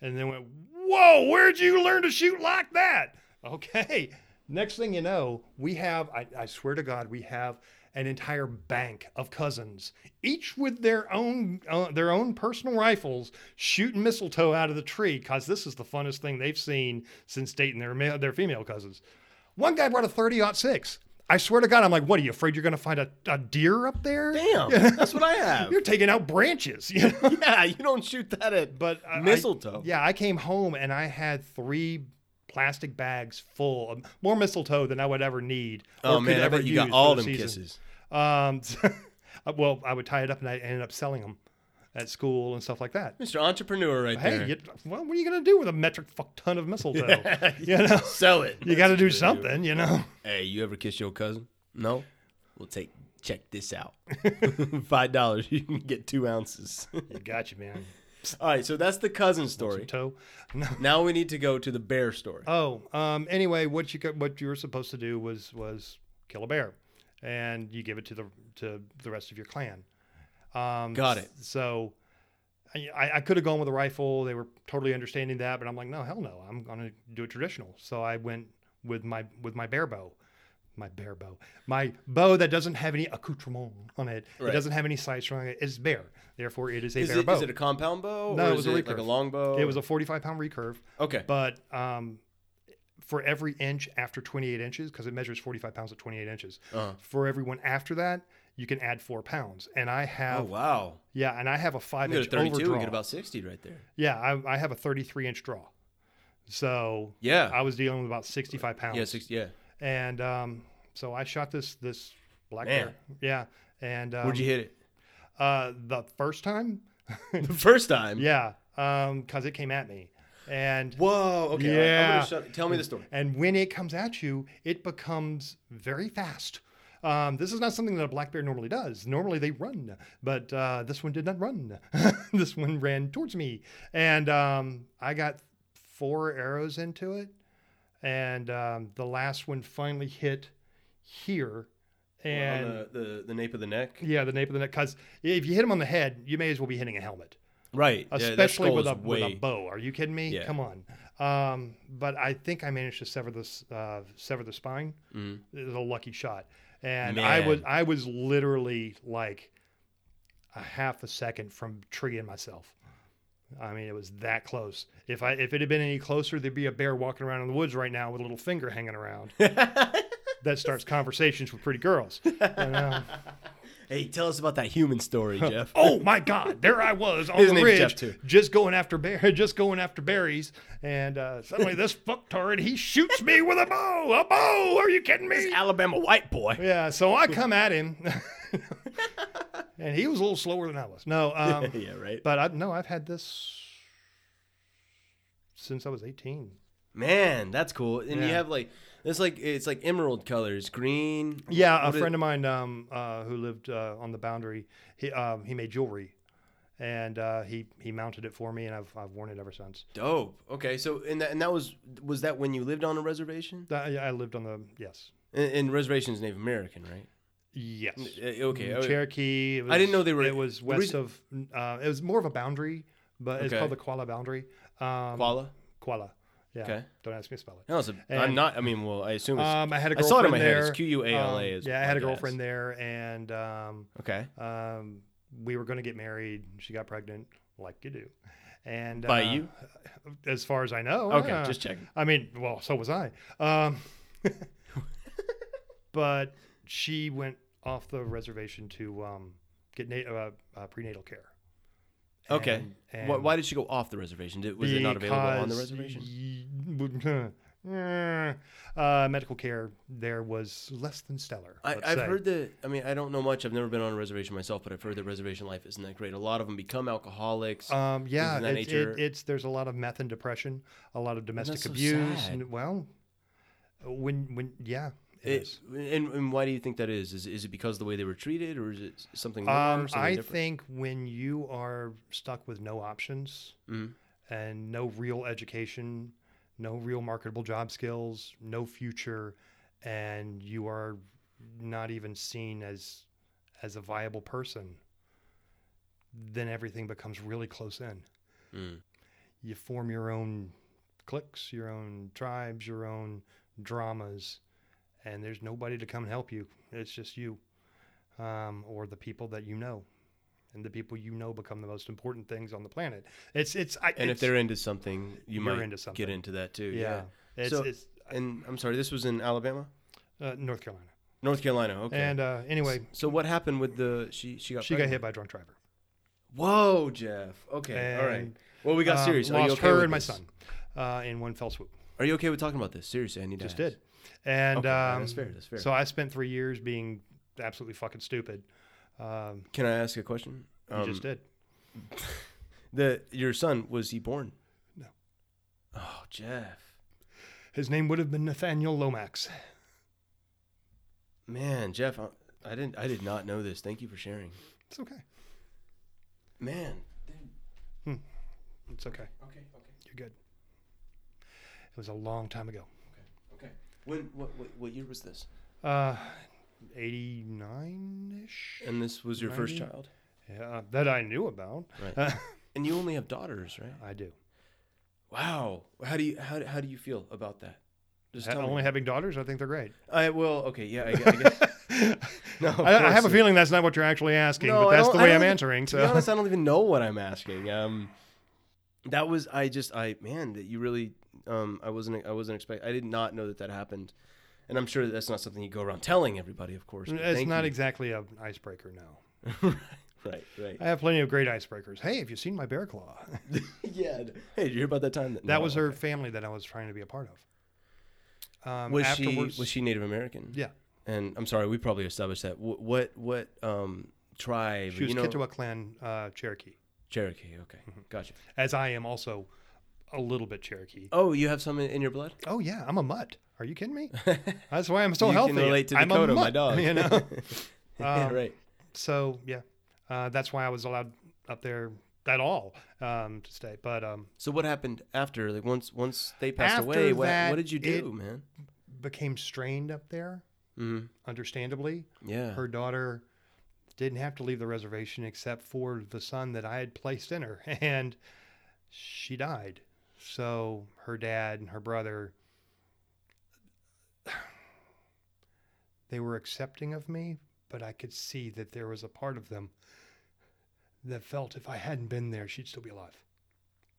Speaker 3: And then went, "Whoa! Where'd you learn to shoot like that?" Okay. Next thing you know, we have, I, I swear to God, we have an entire bank of cousins, each with their own uh, their own personal rifles, shooting mistletoe out of the tree, because this is the funnest thing they've seen since dating their male, their female cousins. One guy brought a 30 six. I swear to God, I'm like, what are you afraid you're going to find a, a deer up there?
Speaker 1: Damn, that's what I have.
Speaker 3: You're taking out branches, you know?
Speaker 1: yeah, you don't shoot that at
Speaker 3: But I- I-
Speaker 1: mistletoe.
Speaker 3: yeah, I came home and I had three plastic bags full of more mistletoe than I would ever need.
Speaker 1: Oh
Speaker 3: or could
Speaker 1: man, I
Speaker 3: ever
Speaker 1: bet you got
Speaker 3: use
Speaker 1: all
Speaker 3: for the
Speaker 1: them
Speaker 3: season.
Speaker 1: kisses.
Speaker 3: Um, well, I would tie it up and I ended up selling them at school and stuff like that.
Speaker 1: Mr. Entrepreneur, right
Speaker 3: Hey,
Speaker 1: there.
Speaker 3: you, well, what are you going to do with a metric fuck ton of mistletoe? You know,
Speaker 1: Sell it.
Speaker 3: you got to do something, you know?
Speaker 1: Hey, you ever kiss your cousin? No. We'll take check this out. Five dollars, you can get two ounces.
Speaker 3: Got you, man.
Speaker 1: All right, so that's the cousin story.
Speaker 3: toe. No.
Speaker 1: Now we need to go to the bear story.
Speaker 3: Oh, um, anyway, what you co- what you were supposed to do was was kill a bear, and you give it to the to the rest of your clan. Um,
Speaker 1: Got it.
Speaker 3: So, I- I, I could have gone with a rifle. They were totally understanding that, but I'm like, no, hell no, I'm gonna do it traditional. So I went with my with my bear bow, my bear bow, my bow that doesn't have any accoutrement on it.
Speaker 1: Right.
Speaker 3: It doesn't have any sights on it. It's bear. Therefore, it is a
Speaker 1: Is
Speaker 3: bear
Speaker 1: it,
Speaker 3: bow.
Speaker 1: is it a compound bow?
Speaker 3: No,
Speaker 1: or
Speaker 3: it
Speaker 1: is
Speaker 3: was a
Speaker 1: like a
Speaker 3: recurve.
Speaker 1: long bow.
Speaker 3: It was a 45 pound recurve.
Speaker 1: Okay.
Speaker 3: But um, for every inch after 28 inches, because it measures 45 pounds at 28 inches,
Speaker 1: Uh-huh.
Speaker 3: for everyone after that, you can add four pounds. And I have,
Speaker 1: Oh wow!
Speaker 3: yeah, and I have a
Speaker 1: I'm
Speaker 3: five
Speaker 1: good
Speaker 3: inch
Speaker 1: at 32.
Speaker 3: overdraw.
Speaker 1: We get about 60 right there.
Speaker 3: yeah, I, I have a 33 inch draw. So
Speaker 1: Yeah.
Speaker 3: I was dealing with about 65 pounds.
Speaker 1: yeah, 60. Yeah.
Speaker 3: And um, so I shot this this black
Speaker 1: Man.
Speaker 3: bear. Yeah. And um,
Speaker 1: Where'd you hit it?
Speaker 3: Uh, the first time,
Speaker 1: The first time.
Speaker 3: yeah, because it came at me. And
Speaker 1: Whoa. Okay. all right, I'm
Speaker 3: Yeah.
Speaker 1: gonna shut, tell me the story.
Speaker 3: And when it comes at you, it becomes very fast. Um, this is not something that a black bear normally does. Normally they run, but uh, this one did not run. this one ran towards me, and um, I got four arrows into it, and um, the last one finally hit here, and
Speaker 1: On the, the the nape of the neck.
Speaker 3: yeah, the nape of the neck. Because if you hit him on the head, you may as well be hitting a helmet
Speaker 1: Right. yeah, that
Speaker 3: especially
Speaker 1: skull
Speaker 3: with,
Speaker 1: is
Speaker 3: a, with a
Speaker 1: way-
Speaker 3: bow. Are you kidding me?
Speaker 1: Yeah.
Speaker 3: Come on. Um, but I think I managed to sever this uh, sever the spine. It was a lucky shot, and I was
Speaker 1: Mm. Man.
Speaker 3: I was literally like a half a second from treeing myself. I mean, it was that close. If I if it had been any closer, there'd be a bear walking around in the woods right now with a little finger hanging around. that starts conversations with pretty girls. you know?
Speaker 1: Hey, tell us about that human story, Jeff.
Speaker 3: oh my God, there I was on
Speaker 1: His
Speaker 3: the
Speaker 1: name's
Speaker 3: ridge,
Speaker 1: Jeff, too.
Speaker 3: just going after bear, just going after berries, and uh, suddenly this fucktard he shoots me with a bow. A bow? Are you kidding me?
Speaker 1: Alabama white boy.
Speaker 3: Yeah. So I come at him, and he was a little slower than I was. No. Um,
Speaker 1: yeah. Right.
Speaker 3: But I, no, I've had this since I was 18.
Speaker 1: Man, that's cool. And you
Speaker 3: Yeah.
Speaker 1: have like it's like it's like emerald colors, green.
Speaker 3: Yeah, a
Speaker 1: What is-
Speaker 3: friend of mine um, uh, who lived uh, on the boundary, he um, he made jewelry, and uh, he he mounted it for me, and I've I've worn it ever since.
Speaker 1: Dope. Okay, so and that, and that was was that when you lived on a reservation?
Speaker 3: That- I I lived on the yes,
Speaker 1: And, and reservations Native American, right?
Speaker 3: yes.
Speaker 1: Uh, Okay.
Speaker 3: The
Speaker 1: okay.
Speaker 3: Cherokee. It was,
Speaker 1: I didn't know they were-
Speaker 3: It was
Speaker 1: the
Speaker 3: west
Speaker 1: reason-
Speaker 3: of. Uh, it was more of a boundary, but it's
Speaker 1: Okay.
Speaker 3: called the Kuala boundary. Um,
Speaker 1: Koala.
Speaker 3: Kuala. Yeah.
Speaker 1: Okay.
Speaker 3: Don't ask me to spell it.
Speaker 1: No, it's a, I'm
Speaker 3: And-
Speaker 1: not. I mean, well, I assume it's
Speaker 3: Um, I had a
Speaker 1: I
Speaker 3: girlfriend
Speaker 1: saw it in my
Speaker 3: there.
Speaker 1: head. It's Q-U-A-L-A
Speaker 3: um,
Speaker 1: is
Speaker 3: yeah, I had
Speaker 1: my
Speaker 3: a
Speaker 1: guess.
Speaker 3: girlfriend there, and um,
Speaker 1: okay.
Speaker 3: um, we were going to get married. She got pregnant, like you do. And
Speaker 1: By
Speaker 3: uh,
Speaker 1: you?
Speaker 3: as far as I know.
Speaker 1: Okay,
Speaker 3: yeah.
Speaker 1: just checking.
Speaker 3: I mean, well, so was I. Um, but she went off the reservation to um, get na- uh, uh, prenatal care.
Speaker 1: Okay.
Speaker 3: And- and
Speaker 1: why, why did she go off the reservation? Did, was it not available on the
Speaker 3: because
Speaker 1: reservation?
Speaker 3: y- Uh, medical care there was less than stellar.
Speaker 1: I,
Speaker 3: let's
Speaker 1: I've
Speaker 3: say.
Speaker 1: heard that. I mean, I don't know much. I've never been on a reservation myself, but I've heard that reservation life isn't that great. A lot of them become alcoholics.
Speaker 3: Um, yeah,
Speaker 1: of that
Speaker 3: it's,
Speaker 1: nature.
Speaker 3: it, it's there's a lot of meth and depression, a lot of domestic
Speaker 1: so
Speaker 3: abuse.
Speaker 1: sad.
Speaker 3: And, well, when when yeah, it
Speaker 1: It-
Speaker 3: is.
Speaker 1: and, and why do you think that is? Is is it because of the way they were treated, or is it something? more,
Speaker 3: Um,
Speaker 1: something
Speaker 3: I
Speaker 1: different?
Speaker 3: think when you are stuck with no options
Speaker 1: Mm-hmm.
Speaker 3: and no real education, no real marketable job skills, no future, and you are not even seen as as a viable person, then everything becomes really close in.
Speaker 1: Mm.
Speaker 3: You form your own cliques, your own tribes, your own dramas, and there's nobody to come and help you. It's just you um, or the people that you know. And the people you know become the most important things on the planet. It's it's I,
Speaker 1: And
Speaker 3: it's,
Speaker 1: if they're into something, you
Speaker 3: You're
Speaker 1: might
Speaker 3: into
Speaker 1: get
Speaker 3: something.
Speaker 1: into that too. Yeah.
Speaker 3: yeah, it's,
Speaker 1: So-
Speaker 3: it's
Speaker 1: And I'm sorry, this was in Alabama,
Speaker 3: uh, North Carolina.
Speaker 1: North Carolina. Okay.
Speaker 3: And uh, anyway,
Speaker 1: so what happened with the she? She got
Speaker 3: she got
Speaker 1: pregnant?
Speaker 3: hit by a drunk driver.
Speaker 1: Whoa, Jeff. Okay. All right.
Speaker 3: And,
Speaker 1: Well, we got
Speaker 3: Um,
Speaker 1: serious. Are
Speaker 3: Lost
Speaker 1: you okay
Speaker 3: her
Speaker 1: with
Speaker 3: and my
Speaker 1: this?
Speaker 3: son uh, in one fell swoop.
Speaker 1: Are you okay with talking about this? Seriously, I need to.
Speaker 3: Just
Speaker 1: ask.
Speaker 3: did. And
Speaker 1: Okay,
Speaker 3: um,
Speaker 1: that's fair. That's fair.
Speaker 3: So I spent three years being absolutely fucking stupid. Um,
Speaker 1: Can I ask a question? Um,
Speaker 3: you just did.
Speaker 1: The your son was he born?
Speaker 3: No.
Speaker 1: Oh, Jeff.
Speaker 3: His name would have been Nathaniel Lomax.
Speaker 1: Man, Jeff, I, I didn't. I did not know this. Thank you for sharing.
Speaker 3: It's okay.
Speaker 1: Man,
Speaker 3: It's okay.
Speaker 1: Okay, okay,
Speaker 3: You're good. It was a long time ago.
Speaker 1: okay. When what what, what year was this?
Speaker 3: Uh, 89 ish?
Speaker 1: And this was your first child.
Speaker 3: Yeah, that I knew about. Uh,
Speaker 1: Right. and you only have daughters, right?
Speaker 3: I do.
Speaker 1: Wow. How do you how, do- how do you feel about that? Just
Speaker 3: Ha-
Speaker 1: tell
Speaker 3: only
Speaker 1: me.
Speaker 3: having daughters, I think they're great.
Speaker 1: I well, okay, yeah, I, gu- I guess. no, of
Speaker 3: I, I have a
Speaker 1: course.
Speaker 3: feeling that's not what you're actually asking,
Speaker 1: No,
Speaker 3: but
Speaker 1: I
Speaker 3: that's
Speaker 1: don't-
Speaker 3: the
Speaker 1: I
Speaker 3: way
Speaker 1: don't
Speaker 3: I'm
Speaker 1: even-
Speaker 3: answering.
Speaker 1: To be
Speaker 3: So
Speaker 1: honest, I don't even know what I'm asking. Um, that was I just I man that you really um I wasn't I wasn't expect I did not know that that happened, and I'm sure that that's not something you go around telling everybody, of course. but
Speaker 3: it's
Speaker 1: thank
Speaker 3: not
Speaker 1: you.
Speaker 3: exactly an icebreaker, no.
Speaker 1: right, right.
Speaker 3: I have plenty of great icebreakers. Hey, have you seen my bear claw?
Speaker 1: yeah. Hey, did you hear about that time?
Speaker 3: that
Speaker 1: no,
Speaker 3: was her
Speaker 1: okay.
Speaker 3: family that I was trying to be a part of. Um,
Speaker 1: Was
Speaker 3: afterwards,
Speaker 1: she was she Native American?
Speaker 3: Yeah,
Speaker 1: And I'm sorry, we probably established that. What what, what um tribe?
Speaker 3: she was Mm-hmm.
Speaker 1: you know,
Speaker 3: Kitawa Clan uh, Cherokee,
Speaker 1: Cherokee. Okay, gotcha.
Speaker 3: as I am also a little bit Cherokee.
Speaker 1: Oh, you have some in, in your blood.
Speaker 3: Oh yeah, I'm a mutt. Are you kidding me? That's why I'm so
Speaker 1: you
Speaker 3: healthy.
Speaker 1: can relate to
Speaker 3: I'm a
Speaker 1: Dakota, my
Speaker 3: mutt,
Speaker 1: dog.
Speaker 3: You know.
Speaker 1: Yeah,
Speaker 3: Um,
Speaker 1: right.
Speaker 3: So yeah, uh, that's why I was allowed up there at all um, to stay. But um,
Speaker 1: So what happened after? Like once once they passed
Speaker 3: After
Speaker 1: away, what,
Speaker 3: that,
Speaker 1: what did you do,
Speaker 3: it-
Speaker 1: man?
Speaker 3: became strained up there,
Speaker 1: Mm,
Speaker 3: understandably.
Speaker 1: yeah.
Speaker 3: Her daughter didn't have to leave the reservation except for the son that I had placed in her, and she died. So her dad and her brother, they were accepting of me, but I could see that there was a part of them that felt if I hadn't been there, she'd still be alive.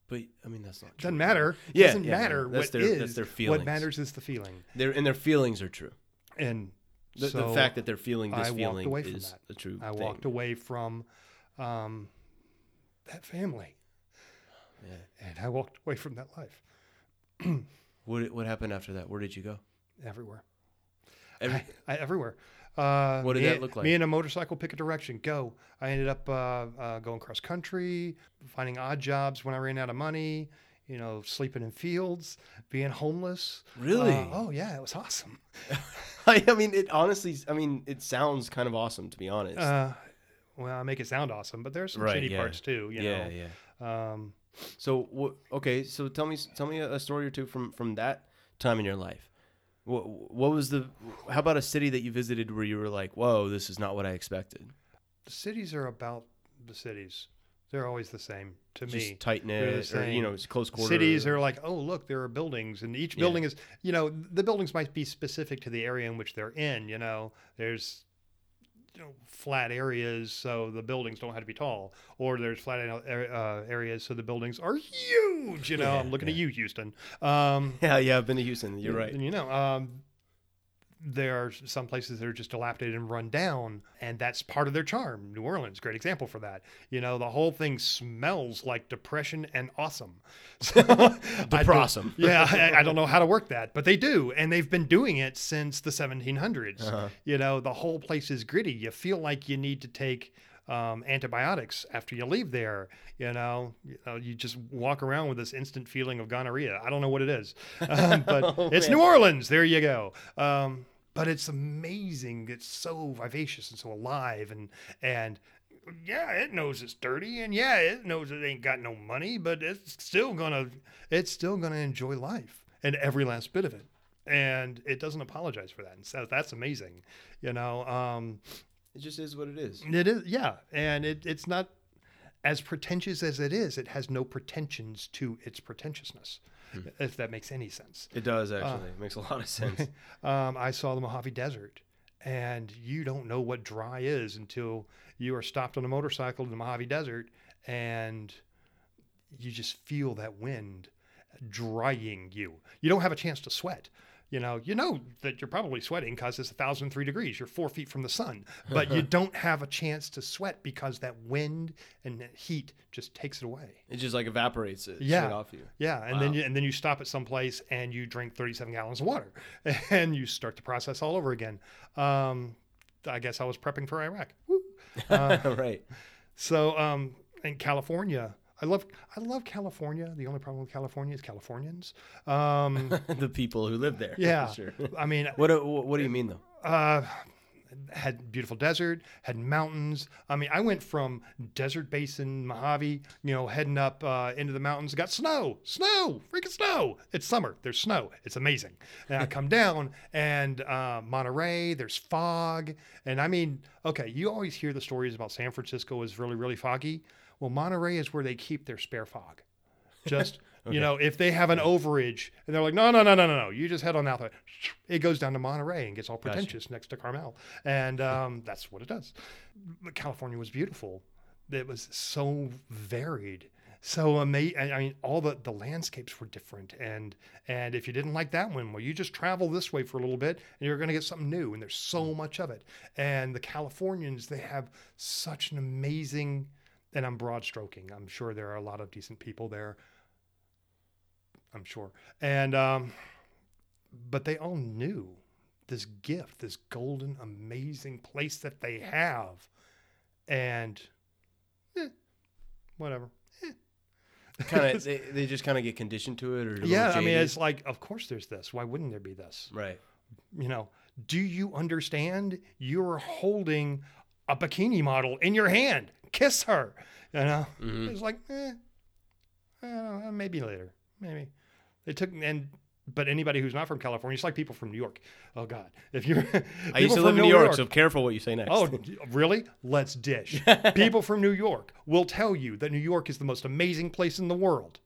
Speaker 1: But I mean, that's not true.
Speaker 3: Doesn't matter.
Speaker 1: Yeah,
Speaker 3: doesn't
Speaker 1: yeah, yeah.
Speaker 3: matter
Speaker 1: That's
Speaker 3: what
Speaker 1: their- that's
Speaker 3: is.
Speaker 1: their
Speaker 3: What
Speaker 1: feelings.
Speaker 3: matters is the feeling.
Speaker 1: Their and their feelings are true.
Speaker 3: And
Speaker 1: The,
Speaker 3: so
Speaker 1: the fact that they're feeling this
Speaker 3: I walked
Speaker 1: feeling
Speaker 3: away from
Speaker 1: is
Speaker 3: that.
Speaker 1: the true.
Speaker 3: I
Speaker 1: thing.
Speaker 3: walked away from um, that family, and I walked away from that life
Speaker 1: What what happened after that? Where did you go?
Speaker 3: everywhere.
Speaker 1: Every-
Speaker 3: I, I, everywhere. Uh,
Speaker 1: What did
Speaker 3: me-
Speaker 1: that look like?
Speaker 3: Me and a motorcycle pick a direction, go. I ended up uh, uh, going cross country, finding odd jobs when I ran out of money. You know, sleeping in fields, being homeless.
Speaker 1: Really?
Speaker 3: Uh, oh yeah, it was awesome.
Speaker 1: I, mean, it honestly. I mean, it sounds kind of awesome to be honest.
Speaker 3: Uh, well, I make it sound awesome, but there's some
Speaker 1: Right,
Speaker 3: shitty
Speaker 1: yeah.
Speaker 3: parts too. You
Speaker 1: yeah,
Speaker 3: know.
Speaker 1: yeah.
Speaker 3: Um,
Speaker 1: So wha- okay, so tell me s- tell me a a story or two from from that time in your life. What what was the? How about a city that you visited where you were like, whoa, this is not what I expected.
Speaker 3: the cities are about the cities. They're always the same to me.
Speaker 1: Just tight
Speaker 3: They're the
Speaker 1: knit, or you
Speaker 3: same.
Speaker 1: know, it's close quarter.
Speaker 3: Cities are like, oh look, there are buildings, and each building is, you know, the buildings might be specific to the area in which they're in. You know, there's, you know, flat areas, so the buildings don't have to be tall, or there's flat ar- uh, areas, so the buildings are huge. You know,
Speaker 1: Yeah,
Speaker 3: I'm looking at
Speaker 1: yeah.
Speaker 3: you, Houston. Um,
Speaker 1: Yeah, yeah, I've been to Houston. You're right.
Speaker 3: and you know, um, there are some places that are just dilapidated and run down, and that's part of their charm. New Orleans, great example for that. You know, the whole thing smells like depression and awesome. So,
Speaker 1: Depressum.
Speaker 3: Depressum. yeah, I, I don't know how to work that, but they do, and they've been doing it since the 1700s. You know, the whole place is gritty. You feel like you need to take. Um, antibiotics after you leave there, you know, you know, you just walk around with this instant feeling of gonorrhea. I don't know what it is, um, but it's New Orleans. There you go. Um, but it's amazing. It's so vivacious and so alive, and and yeah, it knows it's dirty, and yeah, it knows it ain't got no money, but it's still gonna it's still gonna enjoy life and every last bit of it, and it doesn't apologize for that. And so that's amazing, you know. Um,
Speaker 1: It just is what it is.
Speaker 3: it is, yeah, and it, it's not as pretentious as it is. It has no pretensions to its pretentiousness, if that makes any sense.
Speaker 1: It does
Speaker 3: Uh.
Speaker 1: actually. it makes a lot of sense.
Speaker 3: Um, I saw the Mojave Desert, and you don't know what dry is until you are stopped on a motorcycle in the Mojave Desert, and you just feel that wind drying you. You don't have a chance to sweat. You know, you know that you're probably sweating because it's 1,003 degrees. You're four feet from the sun, but you don't have a chance to sweat because that wind and that heat just takes it away.
Speaker 1: It just like evaporates it
Speaker 3: Yeah.
Speaker 1: straight off you.
Speaker 3: Yeah, and then you, and then you stop at some place and you drink 37 gallons of water, and you start the process all over again. Um, I guess I was prepping for Iraq. Woo.
Speaker 1: right.
Speaker 3: So um, in California, I love I love California. The only problem with California is Californians. Um,
Speaker 1: the people who live there.
Speaker 3: yeah,
Speaker 1: sure. uh,
Speaker 3: I mean,
Speaker 1: What do, what do you mean though?
Speaker 3: uh, had beautiful desert, had mountains. I mean, I went from desert basin Mojave, you know, heading up uh, into the mountains. Got snow, snow, freaking snow. It's summer. There's snow. It's amazing. And I come down and uh, Monterey. There's fog. And I mean, okay, you always hear the stories about San Francisco is really really foggy. Well, Monterey is where they keep their spare fog. Just you know, if they have an overage and they're like, no, no, no, no, no, no, you just head on out there, it goes down to Monterey and gets all pretentious next to Carmel, and um, that's what it does. But California was beautiful. It was so varied, so amazing. I mean, all the the landscapes were different, and and if you didn't like that one, well, you just travel this way for a little bit, and you're going to get something new. And there's so much of it. And the Californians, they have such an amazing. And I'm broad stroking. I'm sure there are a lot of decent people there. I'm sure. And um, but they all knew this gift, this golden, amazing place that they have, and eh, whatever.
Speaker 1: Kind of, they, they just kind of get conditioned to it, or a little
Speaker 3: Yeah, I mean,
Speaker 1: jaded?
Speaker 3: it's like, of course, there's this. Why wouldn't there be this?
Speaker 1: right.
Speaker 3: You know, do you understand? You're holding a bikini model in your hand. Kiss her. You know,
Speaker 1: Mm-hmm.
Speaker 3: it's like, eh, I don't know, maybe later, maybe. They took and. But anybody who's not from California, it's like people from New York. Oh God, if you're,
Speaker 1: I used to live in New York, so careful what you say next.
Speaker 3: Oh, d- really? Let's dish. People from New York will tell you that New York is the most amazing place in the world.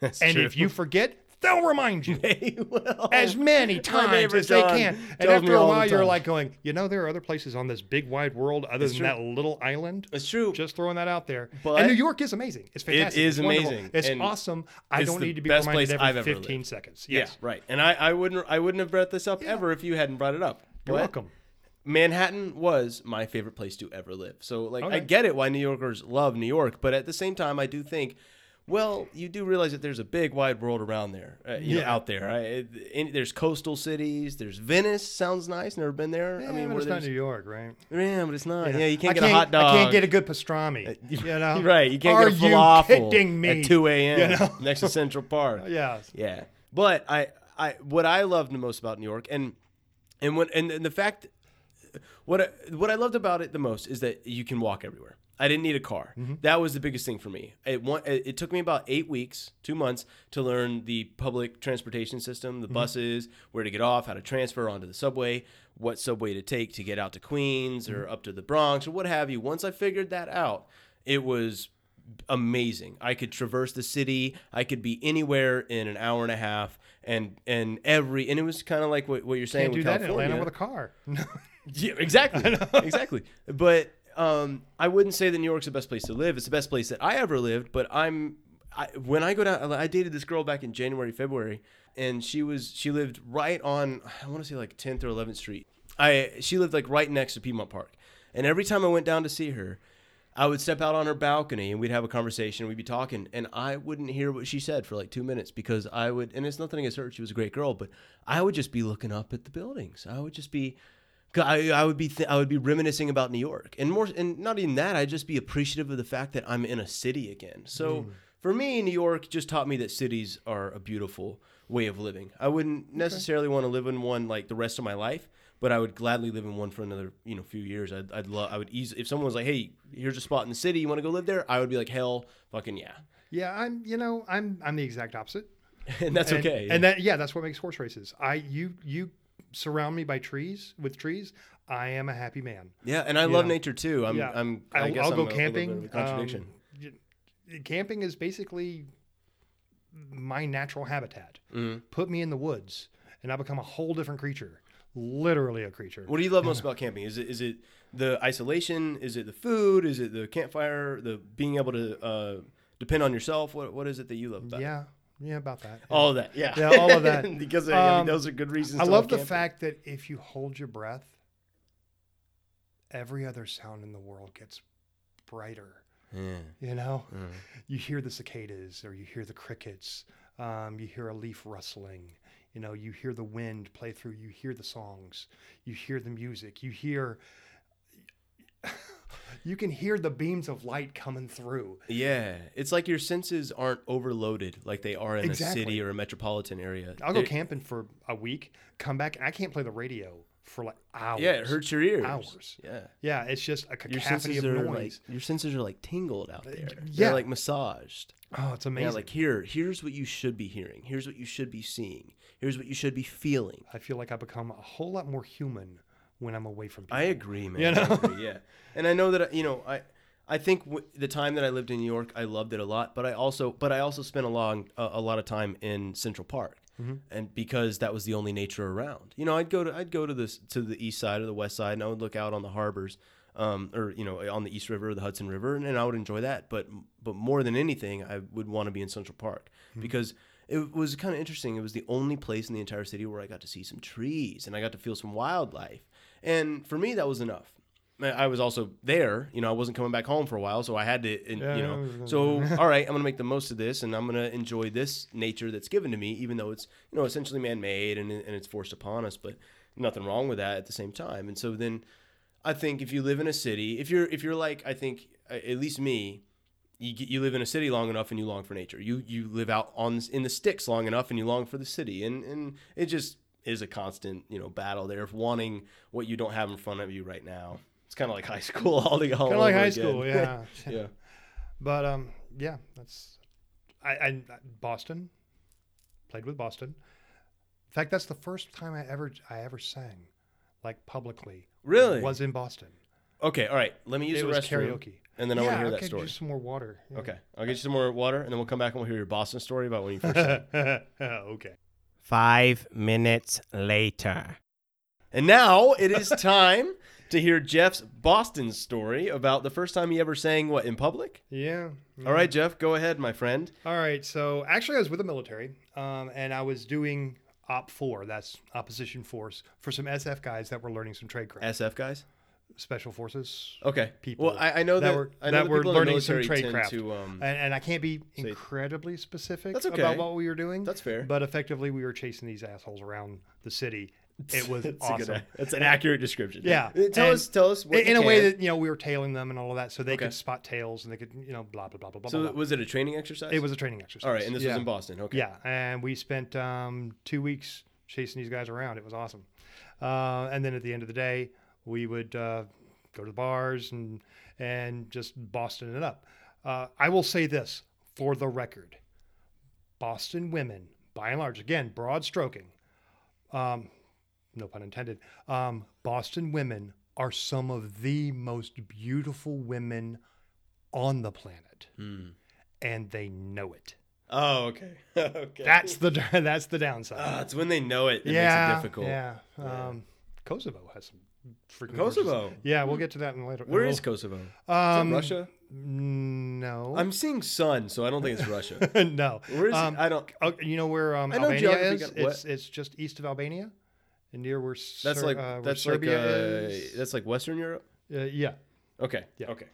Speaker 1: That's
Speaker 3: and
Speaker 1: true.
Speaker 3: if you forget, they'll remind you
Speaker 1: They will.
Speaker 3: as many times
Speaker 1: Oh, neighbor
Speaker 3: as they
Speaker 1: John
Speaker 3: can. And
Speaker 1: tells me
Speaker 3: after a
Speaker 1: all the
Speaker 3: while, you're
Speaker 1: time.
Speaker 3: like going, you know, there are other places on this big wide world other than that little island.
Speaker 1: it's true.
Speaker 3: Just throwing that out there.
Speaker 1: But-
Speaker 3: and New York is amazing. It's fantastic.
Speaker 1: is
Speaker 3: it's wonderful.
Speaker 1: amazing.
Speaker 3: It's
Speaker 1: And
Speaker 3: awesome. I
Speaker 1: it's
Speaker 3: don't
Speaker 1: the
Speaker 3: need to be
Speaker 1: best
Speaker 3: reminded
Speaker 1: place
Speaker 3: every
Speaker 1: I've ever
Speaker 3: 15
Speaker 1: lived.
Speaker 3: seconds.
Speaker 1: yeah,
Speaker 3: Yes.
Speaker 1: right. And I, I wouldn't I wouldn't have brought this up ever if you hadn't brought it up. But
Speaker 3: You're welcome.
Speaker 1: Manhattan was my favorite place to ever live. So like I
Speaker 3: Okay.
Speaker 1: get it why New Yorkers love New York, but at the same time I do think well, you do realize that there's a big wide world around there, uh, you know,
Speaker 3: Yeah.
Speaker 1: out there. I, it- in, there's coastal cities. There's Venice. Sounds nice. Never been there.
Speaker 3: Yeah,
Speaker 1: I mean,
Speaker 3: but
Speaker 1: where
Speaker 3: it's not
Speaker 1: there's,
Speaker 3: New York, right?
Speaker 1: yeah, but it's not. Yeah, you
Speaker 3: I
Speaker 1: can't get a hot dog.
Speaker 3: I can't get a good pastrami. You know,
Speaker 1: right. You can't
Speaker 3: Are
Speaker 1: get a falafel
Speaker 3: you kidding me?
Speaker 1: at 2 a.m.
Speaker 3: You know?
Speaker 1: next to Central Park.
Speaker 3: Yeah.
Speaker 1: Yeah. But I, I, what I loved the most about New York, and and when and, and the fact, what I, what I loved about it the most is that you can walk everywhere. I didn't need a car.
Speaker 3: Mm-hmm.
Speaker 1: That was the biggest thing for me. It one, it it took me about eight weeks, two months to learn the public transportation system, the
Speaker 3: Mm-hmm.
Speaker 1: buses, where to get off, how to transfer onto the subway, what subway to take to get out to Queens
Speaker 3: Mm-hmm.
Speaker 1: or up to the Bronx or what have you. Once I figured that out, it was amazing. I could traverse the city. I could be anywhere in an hour and a half, and and every and it was kind of like what, what you're saying
Speaker 3: Can't do
Speaker 1: with
Speaker 3: that in
Speaker 1: California.
Speaker 3: Atlanta with a car.
Speaker 1: Yeah, exactly. exactly. But um, I wouldn't say that New York's the best place to live. It's the best place that I ever lived. But I'm I, when I go down, I dated this girl back in January, February, and she was she lived right on I want to say like 10th or 11th Street. I she lived like right next to Piedmont Park, and every time I went down to see her. I would step out on her balcony and we'd have a conversation. We'd be talking, and I wouldn't hear what she said for like two minutes because I would, and it's nothing against her. She was a great girl, but I would just be looking up at the buildings. I would just be, I, I would be, th- I would be reminiscing about New York, and more, and not even that. I'd just be appreciative of the fact that I'm in a city again. So
Speaker 3: Hmm.
Speaker 1: for me, New York just taught me that cities are a beautiful way of living. I wouldn't necessarily want to live in one like the rest of my life, but I would gladly live in one for another, you know, few years. I'd, I'd love, I would ease if someone was like, "Hey, here's a spot in the city, you want to go live there?" I would be like, "Hell, fucking yeah,"
Speaker 3: yeah, I'm. You know, I'm. I'm the exact opposite.
Speaker 1: and that's
Speaker 3: and,
Speaker 1: okay.
Speaker 3: And that yeah, that's what makes horse races. I you you surround me by trees with trees. I am a happy man.
Speaker 1: yeah, and I love
Speaker 3: know,
Speaker 1: nature too. I'm,
Speaker 3: yeah,
Speaker 1: I'm,
Speaker 3: I'll,
Speaker 1: I
Speaker 3: I
Speaker 1: guess
Speaker 3: will
Speaker 1: I'm
Speaker 3: go
Speaker 1: a- a little
Speaker 3: camping.
Speaker 1: bit of a contradiction.
Speaker 3: Um, y- camping is basically my natural habitat.
Speaker 1: Mm-hmm.
Speaker 3: Put me in the woods, and I become a whole different creature. Literally a creature.
Speaker 1: What do you love most about camping? Is it is it the isolation? Is it the food? Is it the campfire? The being able to uh, depend on yourself? What what is it that Oh, you love about? it?
Speaker 3: Yeah, yeah, about that.
Speaker 1: All of that. Yeah.
Speaker 3: Yeah, all of that.
Speaker 1: because uh, I mean,
Speaker 3: Um,
Speaker 1: those are good reasons.
Speaker 3: I
Speaker 1: to
Speaker 3: love the
Speaker 1: camping.
Speaker 3: fact that if you hold your breath, every other sound in the world gets brighter. You know,
Speaker 1: Mm-hmm.
Speaker 3: you hear the cicadas or you hear the crickets, um, you hear a leaf rustling. You know, you hear the wind play through. You hear the songs. You hear the music. You hear. you can hear the beams of light coming through.
Speaker 1: Yeah, it's like your senses aren't overloaded like they are in a
Speaker 3: Exactly.
Speaker 1: city or a metropolitan area.
Speaker 3: I'll go
Speaker 1: It-
Speaker 3: camping for a week, come back, and I can't play the radio for like hours.
Speaker 1: Yeah, it hurts your ears.
Speaker 3: hours.
Speaker 1: Yeah.
Speaker 3: Yeah, it's just a
Speaker 1: Your
Speaker 3: cacophony
Speaker 1: senses
Speaker 3: of
Speaker 1: are
Speaker 3: noise.
Speaker 1: like your senses are like tingled out there.
Speaker 3: yeah.
Speaker 1: They're like massaged.
Speaker 3: oh, it's amazing.
Speaker 1: Yeah, like here, here's what you should be hearing. Here's what you should be seeing. Here's what you should be feeling.
Speaker 3: I feel like I become a whole lot more human when I'm away from people.
Speaker 1: I agree, man.
Speaker 3: You
Speaker 1: I
Speaker 3: know?
Speaker 1: agree, yeah. And I know that you know I. I think w- the time that I lived in New York, I loved it a lot. But I also, but I also spent a long, a a lot of time in Central Park,
Speaker 3: Mm-hmm.
Speaker 1: and because that was the only nature around. You know, I'd go to, I'd go to this to the east side or the west side, and I would look out on the harbors, um, or you know, on the East River or the Hudson River, and, and I would enjoy that. But but more than anything, I would want to be in Central Park
Speaker 3: Mm-hmm.
Speaker 1: because it was kind of interesting. It was the only place in the entire city where I got to see some trees and I got to feel some wildlife. And for me, that was enough. I I was also there, you know, I wasn't coming back home for a while, so I had to, and, you know, so all right, I'm gonna make the most of this, and I'm gonna enjoy this nature that's given to me, even though it's, you know, essentially man-made and, and it's forced upon us, but nothing wrong with that at the same time. And so then, I think if you live in a city, if you're if you're like, I think uh, at least me, you get, you live in a city long enough and you long for nature. You you live out on this, in the sticks long enough and you long for the city, and and it just is a constant you know battle there of wanting what you don't have in front of you right now. It's kind of like high school all the all
Speaker 3: kind of like
Speaker 1: over
Speaker 3: high
Speaker 1: again.
Speaker 3: school, yeah.
Speaker 1: yeah.
Speaker 3: But um, yeah, that's I, I Boston played with Boston. In fact, that's the first time I ever I ever sang, like publicly.
Speaker 1: Really?
Speaker 3: was in Boston.
Speaker 1: Okay. All right. Let me use
Speaker 3: It
Speaker 1: the
Speaker 3: was
Speaker 1: restroom,
Speaker 3: karaoke.
Speaker 1: and then I want to
Speaker 3: Yeah,
Speaker 1: hear
Speaker 3: okay,
Speaker 1: that story.
Speaker 3: Just some more water. Yeah.
Speaker 1: Okay. I'll get you some more water, and then we'll come back and we'll hear your Boston story about when you first.
Speaker 3: okay.
Speaker 4: Five minutes later.
Speaker 1: And now it is time to hear Jeff's Boston story about the first time he ever sang what in public.
Speaker 3: Yeah.
Speaker 1: All right, Jeff, go ahead, my friend.
Speaker 3: All right. So actually, I was with the military, um, and I was doing op four. That's opposition force for some SF guys that were learning some trade craft,
Speaker 1: SF guys.
Speaker 3: special forces.
Speaker 1: Okay.
Speaker 3: people.
Speaker 1: Well, I, I know that,
Speaker 3: were
Speaker 1: I know
Speaker 3: that were
Speaker 1: people in the
Speaker 3: learning some
Speaker 1: military
Speaker 3: trade
Speaker 1: tend
Speaker 3: craft,
Speaker 1: To, um,
Speaker 3: and, and I can't be
Speaker 1: say-
Speaker 3: incredibly specific
Speaker 1: That's okay.
Speaker 3: about what we were doing.
Speaker 1: That's fair.
Speaker 3: But effectively, we were chasing these assholes around the city. It was
Speaker 1: that's a good-
Speaker 3: awesome.
Speaker 1: that's an accurate description.
Speaker 3: yeah.
Speaker 1: Uh, Tell
Speaker 3: and
Speaker 1: us. Tell us. What
Speaker 3: in
Speaker 1: you
Speaker 3: a way
Speaker 1: can.
Speaker 3: that you know we were tailing them and all of that, so they
Speaker 1: Okay.
Speaker 3: could spot tails and they could you know blah blah blah blah blah.
Speaker 1: So
Speaker 3: blah.
Speaker 1: was it a training exercise?
Speaker 3: It was a training exercise.
Speaker 1: All right, and this
Speaker 3: yeah.
Speaker 1: was in Boston. Okay.
Speaker 3: Yeah, and we spent um, two weeks chasing these guys around. It was awesome. Uh, and then at the end of the day, we would uh, go to the bars and and just Boston it up. Uh, I will say this for the record: Boston women, by and large, again broad stroking, um, no pun intended. Um, Boston women are some of the most beautiful women on the planet, and they know it.
Speaker 1: Oh, okay. okay.
Speaker 3: That's the that's the downside.
Speaker 1: Ah, it's when they know it that
Speaker 3: yeah,
Speaker 1: makes it difficult.
Speaker 3: yeah. Um, Kosovo has some freaking
Speaker 1: Kosovo?
Speaker 3: gorgeous- Yeah, we'll get to that in later.
Speaker 1: Where
Speaker 3: in a
Speaker 1: is
Speaker 3: little-
Speaker 1: Kosovo? Is that
Speaker 3: Oh. um,
Speaker 1: Russia?
Speaker 3: No,
Speaker 1: I'm seeing sun, so I don't think it's Russia.
Speaker 3: no.
Speaker 1: Where is
Speaker 3: um,
Speaker 1: it? I don't.
Speaker 3: oh, you know where um,
Speaker 1: I know
Speaker 3: Albania
Speaker 1: geography
Speaker 3: is?
Speaker 1: got- what?
Speaker 3: It's it's just east of Albania, and near where Ser-
Speaker 1: That's like
Speaker 3: uh, where
Speaker 1: that's like uh,
Speaker 3: Serbia is.
Speaker 1: that's like Western Europe.
Speaker 3: uh, yeah,
Speaker 1: Okay.
Speaker 3: Yeah.
Speaker 1: Okay.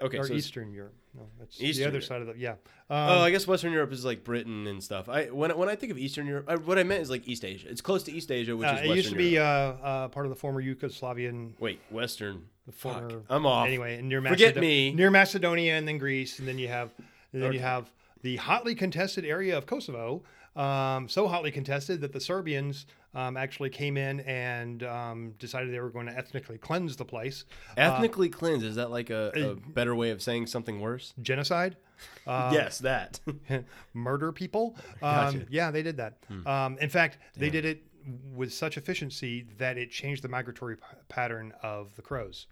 Speaker 1: Okay.
Speaker 3: or
Speaker 1: so it's-
Speaker 3: Eastern Europe. No, that's
Speaker 1: Eastern
Speaker 3: the other
Speaker 1: Europe.
Speaker 3: side of the yeah. Um,
Speaker 1: oh, I guess Western Europe is like Britain and stuff. I when when I think of Eastern Europe, I, what I meant is like East Asia. It's close to East Asia, which
Speaker 3: uh,
Speaker 1: is Western
Speaker 3: it used to be
Speaker 1: Europe.
Speaker 3: uh, uh, part of the former Yugoslavian
Speaker 1: Wait, Western. Fuck,
Speaker 3: former-
Speaker 1: I'm off.
Speaker 3: Anyway, near
Speaker 1: Forget
Speaker 3: Macedo-
Speaker 1: me.
Speaker 3: near Macedonia and then Greece, and then you have and then you have the hotly contested area of Kosovo, um, so hotly contested that the Serbians um, actually came in and um, decided they were going to ethnically cleanse the place.
Speaker 1: Ethnically cleansed is that like a, a better way of saying something worse?
Speaker 3: Genocide, uh,
Speaker 1: yes, that.
Speaker 3: murder people. Um, Yeah, they did that.
Speaker 1: Hmm.
Speaker 3: Um, in fact, they did it with such efficiency that it changed the migratory p- pattern of the crows.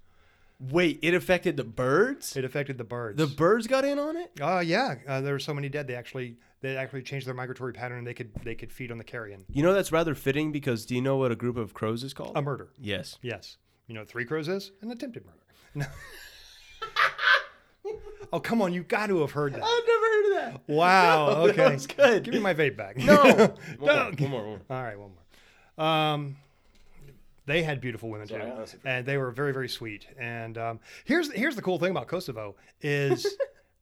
Speaker 1: Wait, it affected the birds.
Speaker 3: It affected the birds.
Speaker 1: The birds got in on it.
Speaker 3: Uh, yeah, uh, there were so many dead. They actually they actually changed their migratory pattern. And they could they could feed on the carrion.
Speaker 1: You know that's rather fitting because do you know what a group of crows is called?
Speaker 3: A murder.
Speaker 1: yes.
Speaker 3: Yes, you know what three crows is an attempted murder. No. oh come on, you got to have heard that.
Speaker 1: I've never heard of that.
Speaker 3: Wow.
Speaker 1: No, that
Speaker 3: okay.
Speaker 1: was good.
Speaker 3: Give me my vape back.
Speaker 1: No. one, more, one more. One more.
Speaker 3: All right, one more. Um, they had beautiful women
Speaker 1: Sorry, I
Speaker 3: too,
Speaker 1: honestly
Speaker 3: and they were very, very sweet. And um, here's here's the cool thing about Kosovo is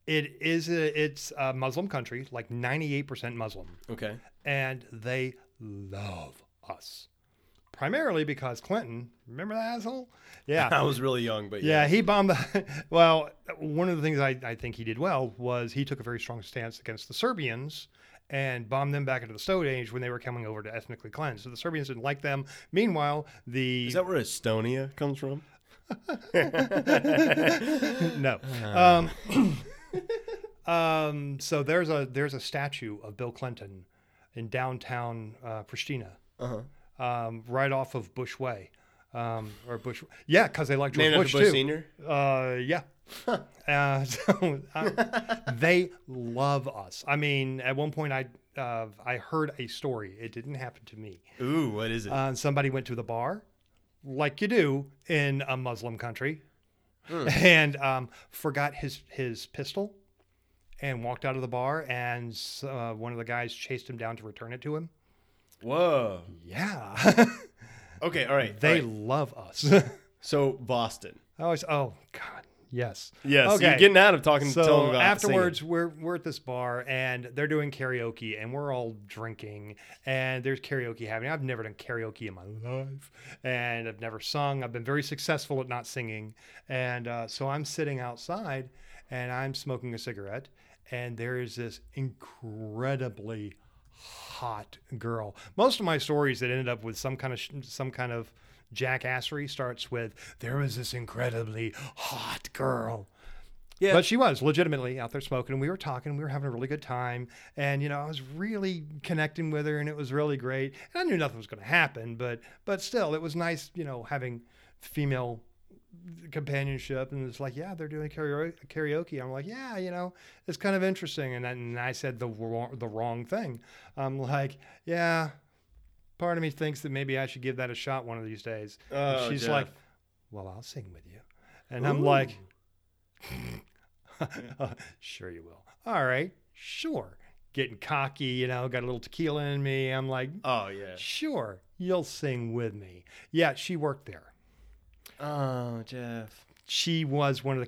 Speaker 3: it is a, it's a Muslim country, like ninety eight percent Muslim.
Speaker 1: Okay.
Speaker 3: and they love us. Primarily because Clinton, remember that asshole?
Speaker 1: I
Speaker 3: Yeah.
Speaker 1: was really young, but
Speaker 3: Yeah, he bombed the. Well, one of the things I, I think he did well was he took a very strong stance against the Serbians and bombed them back into the Stone Age when they were coming over to ethnically cleanse. So the Serbians didn't like them. Meanwhile, the
Speaker 1: Is that where Estonia comes from?
Speaker 3: no. Um, um, so there's a there's a statue of Bill Clinton in downtown uh, Pristina, um, right off of Bush Way, um, or Bush. Yeah, because they like George
Speaker 1: Named after
Speaker 3: Bush,
Speaker 1: Bush
Speaker 3: too.
Speaker 1: Senior?
Speaker 3: Uh, yeah. uh, so uh, they love us. I mean, at one point I uh, I heard a story. It didn't happen to me.
Speaker 1: Ooh, what is it?
Speaker 3: Uh, somebody went to the bar, like you do in a Muslim country,
Speaker 1: Hmm.
Speaker 3: and um, forgot his his pistol, and walked out of the bar, and uh, one of the guys chased him down to return it to him.
Speaker 1: Whoa.
Speaker 3: Yeah,
Speaker 1: Okay, all right.
Speaker 3: they
Speaker 1: all right.
Speaker 3: love us.
Speaker 1: So Boston.
Speaker 3: I always, oh God, yes,
Speaker 1: Yes. Okay. You're getting out of talking to
Speaker 3: so
Speaker 1: Tom about
Speaker 3: afterwards
Speaker 1: singing.
Speaker 3: we're we're at this bar and they're doing karaoke and we're all drinking and there's karaoke happening i've never done karaoke in my life and i've never sung i've been very successful at not singing and uh, so i'm sitting outside and i'm smoking a cigarette and there is this incredibly hot girl most of my stories that ended up with some kind of sh- some kind of jackassery starts with there was this incredibly hot girl
Speaker 1: Yeah.
Speaker 3: but she was legitimately out there smoking, and we were talking, and we were having a really good time. And you know, I was really connecting with her, and it was really great. And I knew nothing was going to happen, but but still, it was nice, you know, having female companionship. And it's like, yeah, they're doing karaoke. karaoke. I'm like, yeah, you know, it's kind of interesting. And, then- and I said the wrong, the wrong thing. I'm like, yeah, part of me thinks that maybe I should give that a shot one of these days. And
Speaker 1: Oh,
Speaker 3: she's
Speaker 1: Jeff.
Speaker 3: like, well, I'll sing with you. And I'm like, sure you will. All right, sure. Getting cocky, you know, got a little tequila in me. I'm like,
Speaker 1: Oh yeah.
Speaker 3: sure, you'll sing with me. Yeah, she worked there.
Speaker 1: Oh Jeff.
Speaker 3: She was one of the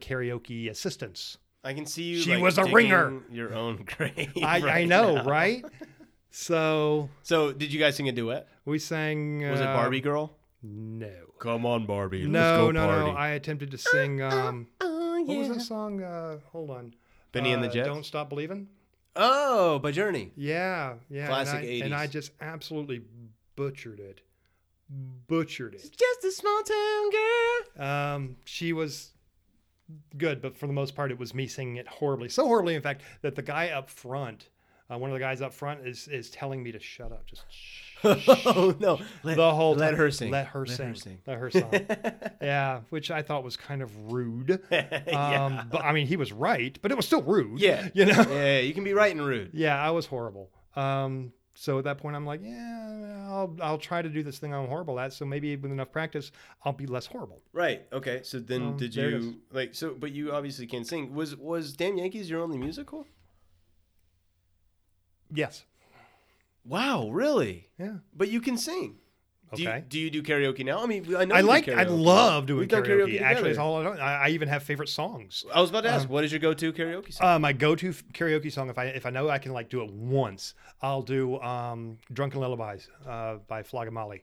Speaker 3: karaoke assistants.
Speaker 1: I can see you.
Speaker 3: She
Speaker 1: like,
Speaker 3: was a
Speaker 1: digging
Speaker 3: ringer.
Speaker 1: Your own grave.
Speaker 3: I, I
Speaker 1: right
Speaker 3: know,
Speaker 1: now.
Speaker 3: right? So
Speaker 1: So did you guys sing a duet?
Speaker 3: we sang.
Speaker 1: Was it
Speaker 3: uh,
Speaker 1: Barbie Girl?
Speaker 3: No.
Speaker 1: Come on, Barbie.
Speaker 3: No, no, no. I attempted to sing. Um, what was that song? Uh, hold on.
Speaker 1: Oh, Benny and the
Speaker 3: Uh,
Speaker 1: Jets?
Speaker 3: Don't Stop Believing?
Speaker 1: oh, by Journey.
Speaker 3: Yeah, yeah.
Speaker 1: Classic
Speaker 3: and I, And I
Speaker 1: 80s.
Speaker 3: just absolutely butchered it. Butchered it.
Speaker 1: Just a small town girl.
Speaker 3: Um, she was good, but for the most part, it was me singing it horribly. So horribly, in fact, that the guy up front, uh, one of the guys up front, is is telling me to shut up. Just shh,
Speaker 1: oh no. Let,
Speaker 3: the whole
Speaker 1: let
Speaker 3: time.
Speaker 1: her sing.
Speaker 3: Let her sing. Let her sing. yeah, which I thought was kind of rude. Um, But I mean, he was right, but it was still rude.
Speaker 1: Yeah.
Speaker 3: You know?
Speaker 1: Yeah, you can be right and rude.
Speaker 3: Yeah, I was horrible. Um, so at that point, I'm like, yeah, I'll I'll try to do this thing I'm horrible at. So maybe with enough practice, I'll be less horrible.
Speaker 1: Right. Okay. So then,
Speaker 3: Um,
Speaker 1: did
Speaker 3: there it
Speaker 1: you like? So, but you obviously can sing. Was was Damn Yankees your only musical?
Speaker 3: Yes.
Speaker 1: Wow, really?
Speaker 3: Yeah.
Speaker 1: But you can sing. Do
Speaker 3: Okay.
Speaker 1: you, do you do karaoke now? I mean, I know
Speaker 3: I
Speaker 1: you do
Speaker 3: like. I
Speaker 1: karaoke.
Speaker 3: love doing
Speaker 1: We've done
Speaker 3: karaoke.
Speaker 1: karaoke
Speaker 3: Actually, it's
Speaker 1: together.
Speaker 3: all Um, I don't. I, I even have favorite songs.
Speaker 1: I was about to ask, what is your go-to karaoke song?
Speaker 3: Uh, my go-to f- karaoke song, if I if I know I can like do it once, I'll do um, "Drunken Lullabies" uh, by Flogamali.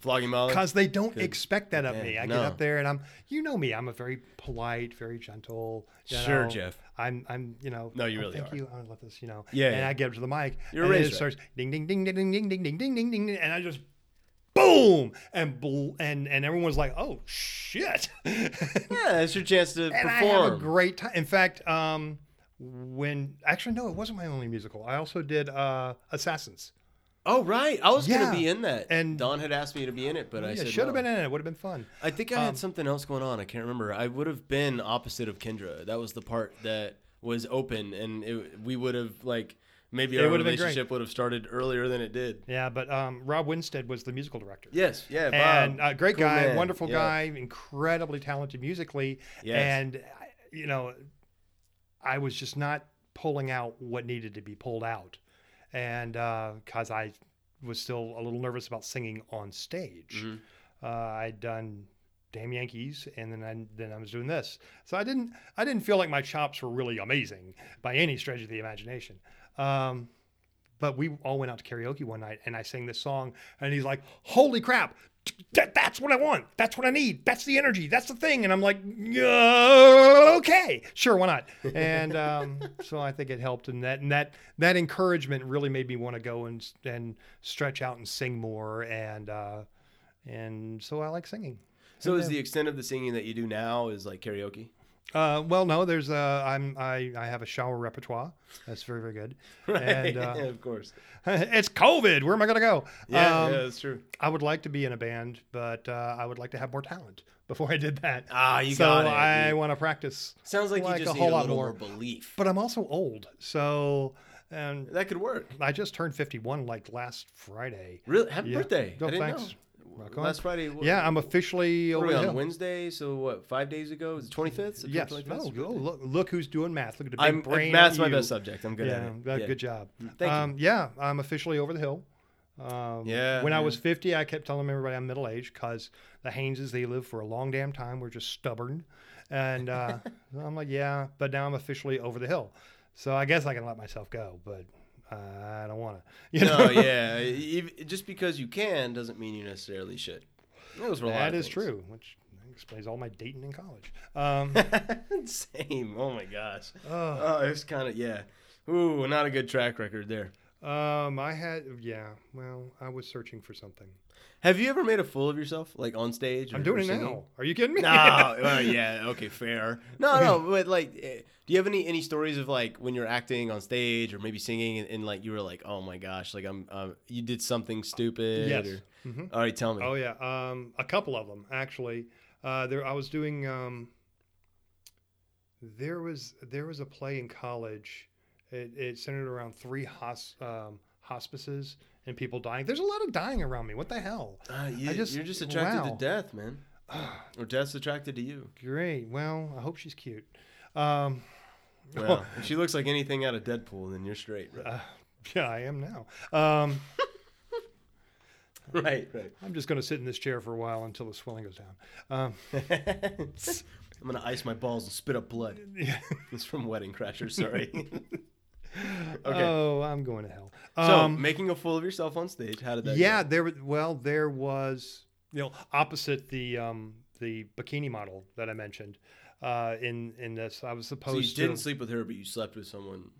Speaker 1: Flogging Molly.
Speaker 3: because they don't expect that of
Speaker 1: Yeah,
Speaker 3: me. I
Speaker 1: no.
Speaker 3: get up there and I'm, you know me, I'm a very polite, very gentle. you
Speaker 1: Sure,
Speaker 3: know,
Speaker 1: Jeff.
Speaker 3: I'm, I'm, you know.
Speaker 1: No, you
Speaker 3: "Oh,
Speaker 1: really
Speaker 3: thank
Speaker 1: are.
Speaker 3: you. I love this, you know.
Speaker 1: Yeah,
Speaker 3: And
Speaker 1: yeah.
Speaker 3: I get up to the mic.
Speaker 1: You're a
Speaker 3: and then
Speaker 1: raise
Speaker 3: it starts ding, ding, ding, ding, ding, ding, ding, ding, ding, ding, ding, ding, and I just. Boom and bl- and and everyone's like, "Oh shit!"
Speaker 1: Yeah, that's your chance to
Speaker 3: and I
Speaker 1: perform.
Speaker 3: have a great time. In fact, um, when actually no, it wasn't my only musical. I also did uh, Assassins.
Speaker 1: oh, right. I was
Speaker 3: Yeah.
Speaker 1: gonna be in that, and
Speaker 3: And- Oh,
Speaker 1: Don had asked me to be in it, but I
Speaker 3: I
Speaker 1: said
Speaker 3: should
Speaker 1: no.
Speaker 3: have been in it. It would have been fun.
Speaker 1: I think I
Speaker 3: Um,
Speaker 1: had something else going on. I can't remember. I would have been opposite of Kendra. That was the part that was open, and it, we would have like maybe
Speaker 3: It
Speaker 1: our
Speaker 3: would have been great.
Speaker 1: relationship would have started earlier than it did.
Speaker 3: Yeah, but um, Rob Winstead was the musical director.
Speaker 1: Yes. Yeah. Bob.
Speaker 3: and uh, great
Speaker 1: Cool
Speaker 3: guy,
Speaker 1: man.
Speaker 3: wonderful
Speaker 1: Yeah.
Speaker 3: guy, incredibly talented musically.
Speaker 1: Yes.
Speaker 3: And I- you know, I was just not pulling out what needed to be pulled out, and because I was still a little nervous about singing on stage,
Speaker 1: Mm-hmm.
Speaker 3: uh, I'd done Damn Yankees, and then I then I was doing this, so I didn't I didn't feel like my chops were really amazing by any stretch of the imagination. Um, but we all went out to karaoke one night and I sang this song and he's like, Holy crap, that, that's what I want. That's what I need. That's the energy. That's the thing. And I'm like, "Yeah, okay, sure, why not? And um, so I think it helped, and that and that that encouragement really made me want to go and and stretch out and sing more, and uh, and so I like singing.
Speaker 1: So is the extent of the singing that you do now is like karaoke?
Speaker 3: Uh, well, no, there's uh, I'm I, I have a shower repertoire. That's very very good. And uh,
Speaker 1: of course.
Speaker 3: it's COVID. Where am I gonna go?
Speaker 1: Yeah,
Speaker 3: Um,
Speaker 1: yeah, that's true.
Speaker 3: I would like to be in a band, but uh, I would like to have more talent before I did that.
Speaker 1: Ah, you
Speaker 3: so
Speaker 1: got it.
Speaker 3: I
Speaker 1: You-
Speaker 3: want to practice.
Speaker 1: Sounds like,
Speaker 3: like
Speaker 1: you
Speaker 3: a
Speaker 1: just need
Speaker 3: whole
Speaker 1: a
Speaker 3: lot
Speaker 1: little more.
Speaker 3: more.
Speaker 1: belief.
Speaker 3: But I'm also old, so and
Speaker 1: That could work.
Speaker 3: I just turned 51 like last Friday.
Speaker 1: Really? Happy
Speaker 3: Yeah.
Speaker 1: birthday!
Speaker 3: No,
Speaker 1: I didn't
Speaker 3: thanks.
Speaker 1: know.
Speaker 3: Rock on.
Speaker 1: Last Friday. what-
Speaker 3: Yeah, I'm officially
Speaker 1: what
Speaker 3: over
Speaker 1: are we
Speaker 3: the
Speaker 1: on
Speaker 3: hill.
Speaker 1: Wednesday? So what? Five days ago? Is it twenty fifth?
Speaker 3: Yes. Oh, oh, look, look who's doing math. Look at the big
Speaker 1: I'm
Speaker 3: brain.
Speaker 1: that's
Speaker 3: on
Speaker 1: my
Speaker 3: you.
Speaker 1: best subject. I'm good
Speaker 3: yeah,
Speaker 1: at it.
Speaker 3: that-
Speaker 1: yeah. Mm,
Speaker 3: good job.
Speaker 1: Thank you.
Speaker 3: um, Yeah, I'm officially over the hill. Um,
Speaker 1: Yeah,
Speaker 3: When I
Speaker 1: yeah.
Speaker 3: was 50, I kept telling everybody I'm middle aged because the Hayneses, they lived for a long damn time. We're just stubborn. And uh, I'm like, yeah, but now I'm officially over the hill. So I guess I can let myself go, but uh, I don't want to. You know,
Speaker 1: no, yeah. e-, ev- Just because you can doesn't mean you necessarily should. That was for a lot
Speaker 3: that
Speaker 1: of
Speaker 3: is
Speaker 1: things.
Speaker 3: true, which explains all my dating in college. Um,
Speaker 1: Same. Oh my gosh. Oh, it's kind of yeah. Ooh, not a good track record there.
Speaker 3: um, I had, yeah, well, I was searching for something.
Speaker 1: Have you ever made a fool of yourself, like on stage?
Speaker 3: I'm
Speaker 1: or- or
Speaker 3: doing it
Speaker 1: singing?
Speaker 3: now. Are you kidding me?
Speaker 1: No, well, yeah, okay, fair. No, no, but like, eh, do you have any any stories of like when you're acting on stage or maybe singing and, and like you were like, oh my gosh, like I'm, um, you did something stupid.
Speaker 3: Yes.
Speaker 1: or- All right, tell me.
Speaker 3: Oh yeah, um, a couple of them actually. Uh, there, I was doing. Um, there was there was a play in college. It, it centered around three hos, um, hospices and people dying. There's a lot of dying around me. What the hell?
Speaker 1: Ah, you,
Speaker 3: I just-
Speaker 1: you're just attracted
Speaker 3: wow.
Speaker 1: to death, man. or death's attracted to you.
Speaker 3: Great. Well, I hope she's cute. Um,
Speaker 1: Well, if she looks like anything out of Deadpool, then you're straight. Right,
Speaker 3: yeah, I am now. Um,
Speaker 1: right. right.
Speaker 3: I'm just going to sit in this chair for a while until the swelling goes down. Um,
Speaker 1: I'm gonna ice my balls and spit up blood. it's from Wedding Crashers. Sorry. okay.
Speaker 3: Oh, I'm going to hell.
Speaker 1: so
Speaker 3: Um,
Speaker 1: making a fool of yourself on stage. How did that?
Speaker 3: yeah,
Speaker 1: Go?
Speaker 3: there was well, there was you know opposite the um the bikini model that I mentioned uh in in this I was
Speaker 1: So
Speaker 3: supposed
Speaker 1: you didn't
Speaker 3: to
Speaker 1: sleep with her, but you slept with someone.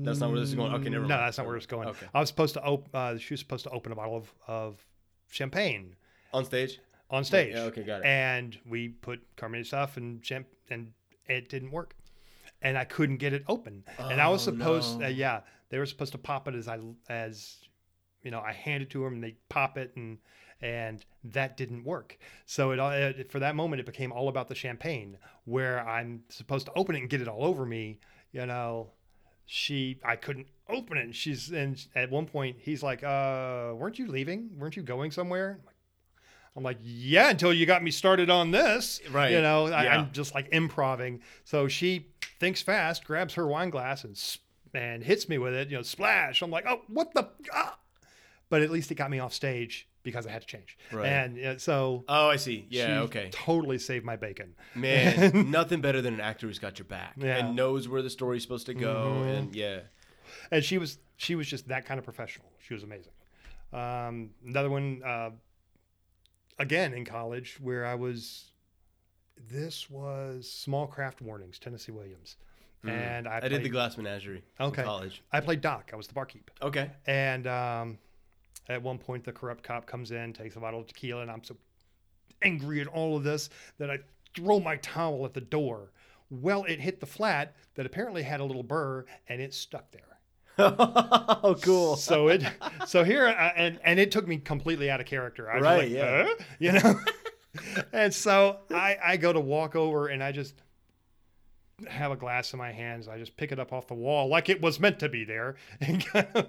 Speaker 1: That's not where this is going. Okay, never
Speaker 3: no
Speaker 1: mind.
Speaker 3: that's not where it's going
Speaker 1: Okay.
Speaker 3: I was supposed to open uh, she was supposed to open a bottle of of champagne
Speaker 1: On stage.
Speaker 3: on stage
Speaker 1: yeah, okay, got it.
Speaker 3: and we put carbonated stuff and champ and it didn't work and I couldn't get it open and I was
Speaker 1: Oh,
Speaker 3: supposed
Speaker 1: no.
Speaker 3: uh, yeah they were supposed to pop it as I as you know, I hand it to them and they pop it and and that didn't work. So it, all- it for that moment it became all about the champagne where I'm supposed to open it and get it all over me, you know. She I couldn't open it. And she's and at one point he's like, "Uh, weren't you leaving? Weren't you going somewhere?" I'm like, I'm like, "Yeah, until you got me started on this."
Speaker 1: Right.
Speaker 3: You know, I,
Speaker 1: Yeah.
Speaker 3: I'm just like improving. So she thinks fast, grabs her wine glass and s- and hits me with it, you know, splash. I'm like, "Oh, what the ah!" but at least it got me off stage because I had to change.
Speaker 1: Right.
Speaker 3: And uh, so
Speaker 1: Oh, I see. Yeah.
Speaker 3: she
Speaker 1: okay.
Speaker 3: totally saved my bacon.
Speaker 1: Man, nothing better than an actor who's got your back
Speaker 3: Yeah. Mm-hmm.
Speaker 1: and knows where the story's supposed to go. And yeah.
Speaker 3: And she was she was just that kind of professional. She was amazing. Um, another one, uh, again in college, where I was. This was Small Craft Warnings, Tennessee Williams, and
Speaker 1: Mm.
Speaker 3: I,
Speaker 1: I,
Speaker 3: played,
Speaker 1: did the glass menagerie
Speaker 3: Okay.
Speaker 1: in college.
Speaker 3: I played Doc. I was the barkeep.
Speaker 1: Okay.
Speaker 3: And um, at one point, the corrupt cop comes in, takes a bottle of tequila, and I'm so angry at all of this that I throw my towel at the door. Well, it hit the flat that apparently had a little burr, and it stuck there.
Speaker 1: oh, cool.
Speaker 3: So it, so here, I, and and it took me completely out of character. I was
Speaker 1: Right,
Speaker 3: Like,
Speaker 1: yeah.
Speaker 3: "Huh?" You know. and so I I go to walk over, and I just have a glass in my hands. I just pick it up off the wall like it was meant to be there, and kind of,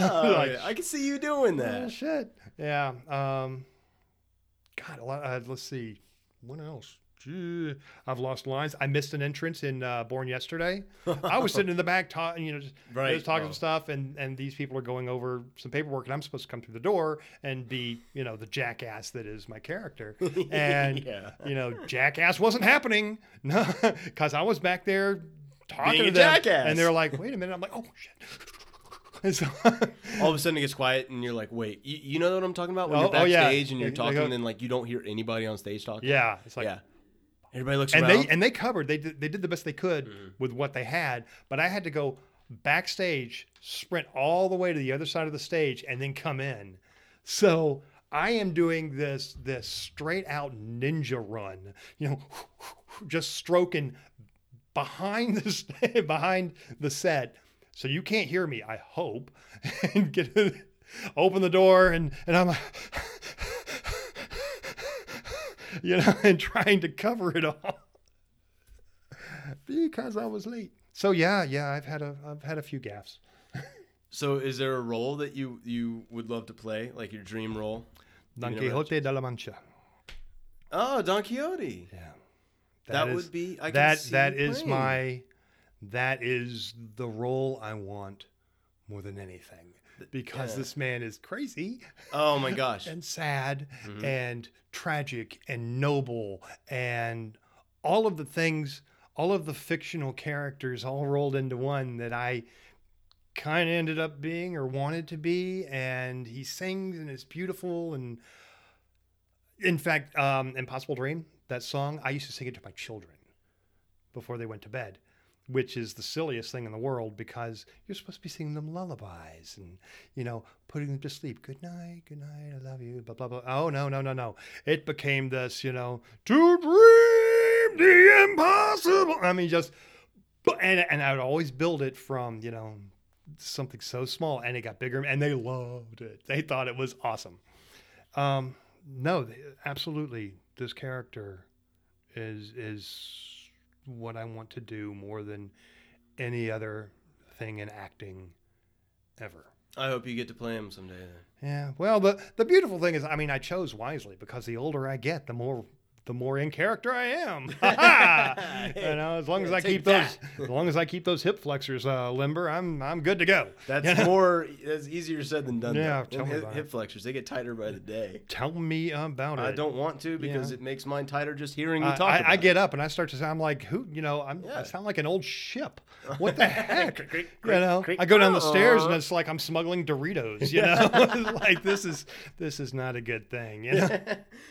Speaker 1: Oh,
Speaker 3: like,
Speaker 1: yeah, I can see you doing
Speaker 3: Oh,
Speaker 1: that.
Speaker 3: shit. Yeah. Um, God, a lot. Uh, let's see. What else? Gee, I've lost lines. I missed an entrance in uh, Born Yesterday. I was sitting in the back, talking, you know, just,
Speaker 1: Right.
Speaker 3: just talking
Speaker 1: Oh.
Speaker 3: some stuff, and and these people are going over some paperwork, and I'm supposed to come through the door and be, you know, the jackass that is my character, and
Speaker 1: Yeah.
Speaker 3: you know, jackass wasn't happening, no, because I was back there talking
Speaker 1: Being
Speaker 3: to
Speaker 1: a
Speaker 3: them,
Speaker 1: jackass.
Speaker 3: and they're like, "Wait a minute," I'm like, "Oh shit." And so-
Speaker 1: All of a sudden it gets quiet, and you're like, "Wait, you, you know what I'm talking about?" When
Speaker 3: Oh,
Speaker 1: you're
Speaker 3: oh, yeah.
Speaker 1: backstage and you're
Speaker 3: Like,
Speaker 1: talking,
Speaker 3: uh,
Speaker 1: and like you don't hear anybody on stage talking.
Speaker 3: yeah, it's like
Speaker 1: yeah. Everybody looks
Speaker 3: and
Speaker 1: around.
Speaker 3: they and they covered. They did, they did the best they could with what they had, but I had to go backstage, sprint all the way to the other side of the stage, and then come in. So I am doing this this straight out ninja run. You know, just stroking behind the st- behind the set, so you can't hear me. I hope and get open the door and and I'm. you know, and trying to cover it all because I was late. So yeah, yeah, I've had a I've had a few gaffes.
Speaker 1: so, is there a role that you you would love to play, like your dream role?
Speaker 3: Don
Speaker 1: know
Speaker 3: Quixote de la Mancha.
Speaker 1: Oh, Don Quixote.
Speaker 3: Yeah,
Speaker 1: That,
Speaker 3: is-
Speaker 1: would be. I can
Speaker 3: that
Speaker 1: see
Speaker 3: that
Speaker 1: you
Speaker 3: is
Speaker 1: playing.
Speaker 3: my that is the role I want more than anything because
Speaker 1: yeah.
Speaker 3: this man is crazy
Speaker 1: Oh my gosh.
Speaker 3: and sad and tragic and noble and all of the things all of the fictional characters all rolled into one that i kind of ended up being or wanted to be and he sings and it's beautiful and in fact um, impossible dream that song i used to sing it to my children before they went to bed which is the silliest thing in the world because you're supposed to be singing them lullabies and you know putting them to sleep good night good night i love you blah blah blah oh no no no no it became this you know to dream the impossible i mean just but and, and i would always build it from you know something so small and it got bigger and they loved it they thought it was awesome um no they, absolutely this character is is what I want to do more than any other thing in acting ever.
Speaker 1: I hope you get to play him someday. then.
Speaker 3: Yeah. Well, the the beautiful thing is, I mean, I chose wisely because the older I get, the more the more in character I am. you know, as long as I
Speaker 1: take
Speaker 3: keep those, as long as I keep those hip flexors uh, limber, I'm I'm good to go.
Speaker 1: That's more. That's easier said than done.
Speaker 3: Yeah,
Speaker 1: though.
Speaker 3: tell
Speaker 1: Them
Speaker 3: me
Speaker 1: hip,
Speaker 3: about it.
Speaker 1: hip flexors. They get tighter by the day.
Speaker 3: Tell me about it.
Speaker 1: I don't want to because
Speaker 3: Yeah.
Speaker 1: it makes mine tighter just hearing you
Speaker 3: I-
Speaker 1: talk.
Speaker 3: I,
Speaker 1: about
Speaker 3: I
Speaker 1: it.
Speaker 3: get up and I start to sound like who you know I'm,
Speaker 1: Yeah.
Speaker 3: I sound like an old ship. What the heck?
Speaker 1: creak,
Speaker 3: you know,
Speaker 1: creak.
Speaker 3: I go down the stairs and it's like I'm smuggling Doritos. You know, It's like this is this is not a good thing. You know,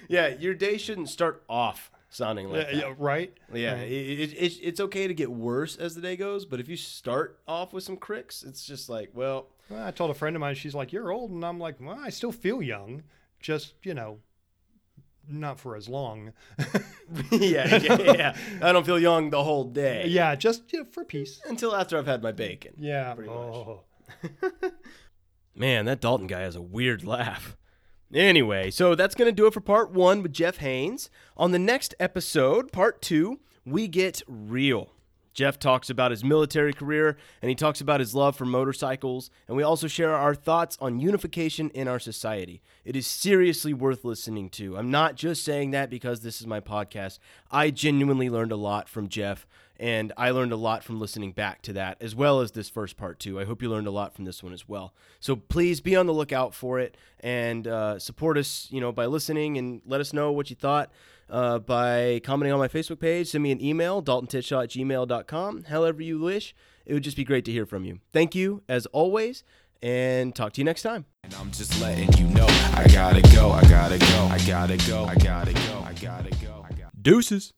Speaker 1: yeah, your day shouldn't start off sounding like
Speaker 3: yeah,
Speaker 1: that.
Speaker 3: yeah, right?
Speaker 1: Yeah, it, it, it's it's okay to get worse as the day goes, but if you start off with some cricks, it's just like, well,
Speaker 3: Well, I told a friend of mine, she's like, "You're old," and I'm like, "Well, I still feel young, just you know, not for as long."
Speaker 1: Eh. yeah, yeah, yeah. I don't feel young the whole day.
Speaker 3: yeah, just you know, for peace.
Speaker 1: Until after I've had my bacon.
Speaker 3: Yeah.
Speaker 1: Pretty much.
Speaker 3: oh.
Speaker 1: Man, that Dalton guy has a weird laugh. Anyway, so that's going to do it for part one with Jeff Haynes. On the next episode, part two, we get real. Jeff talks about his military career and he talks about his love for motorcycles, and we also share our thoughts on unification in our society. It is seriously worth listening to. I'm not just saying that because this is my podcast. I genuinely learned a lot from Jeff, and I learned a lot from listening back to that, as well as this first part, too. I hope you learned a lot from this one as well. So please be on the lookout for it and uh, support us, you know, by listening and let us know what you thought uh, by commenting on my Facebook page. Send me an email, daltontitshaw at gmail.com, however you wish. It would just be great to hear from you. Thank you, as always, and talk to you next time.
Speaker 2: And I'm just letting you know I gotta go, I gotta go, I gotta go, I gotta go, I gotta go, I gotta go.
Speaker 1: Deuces.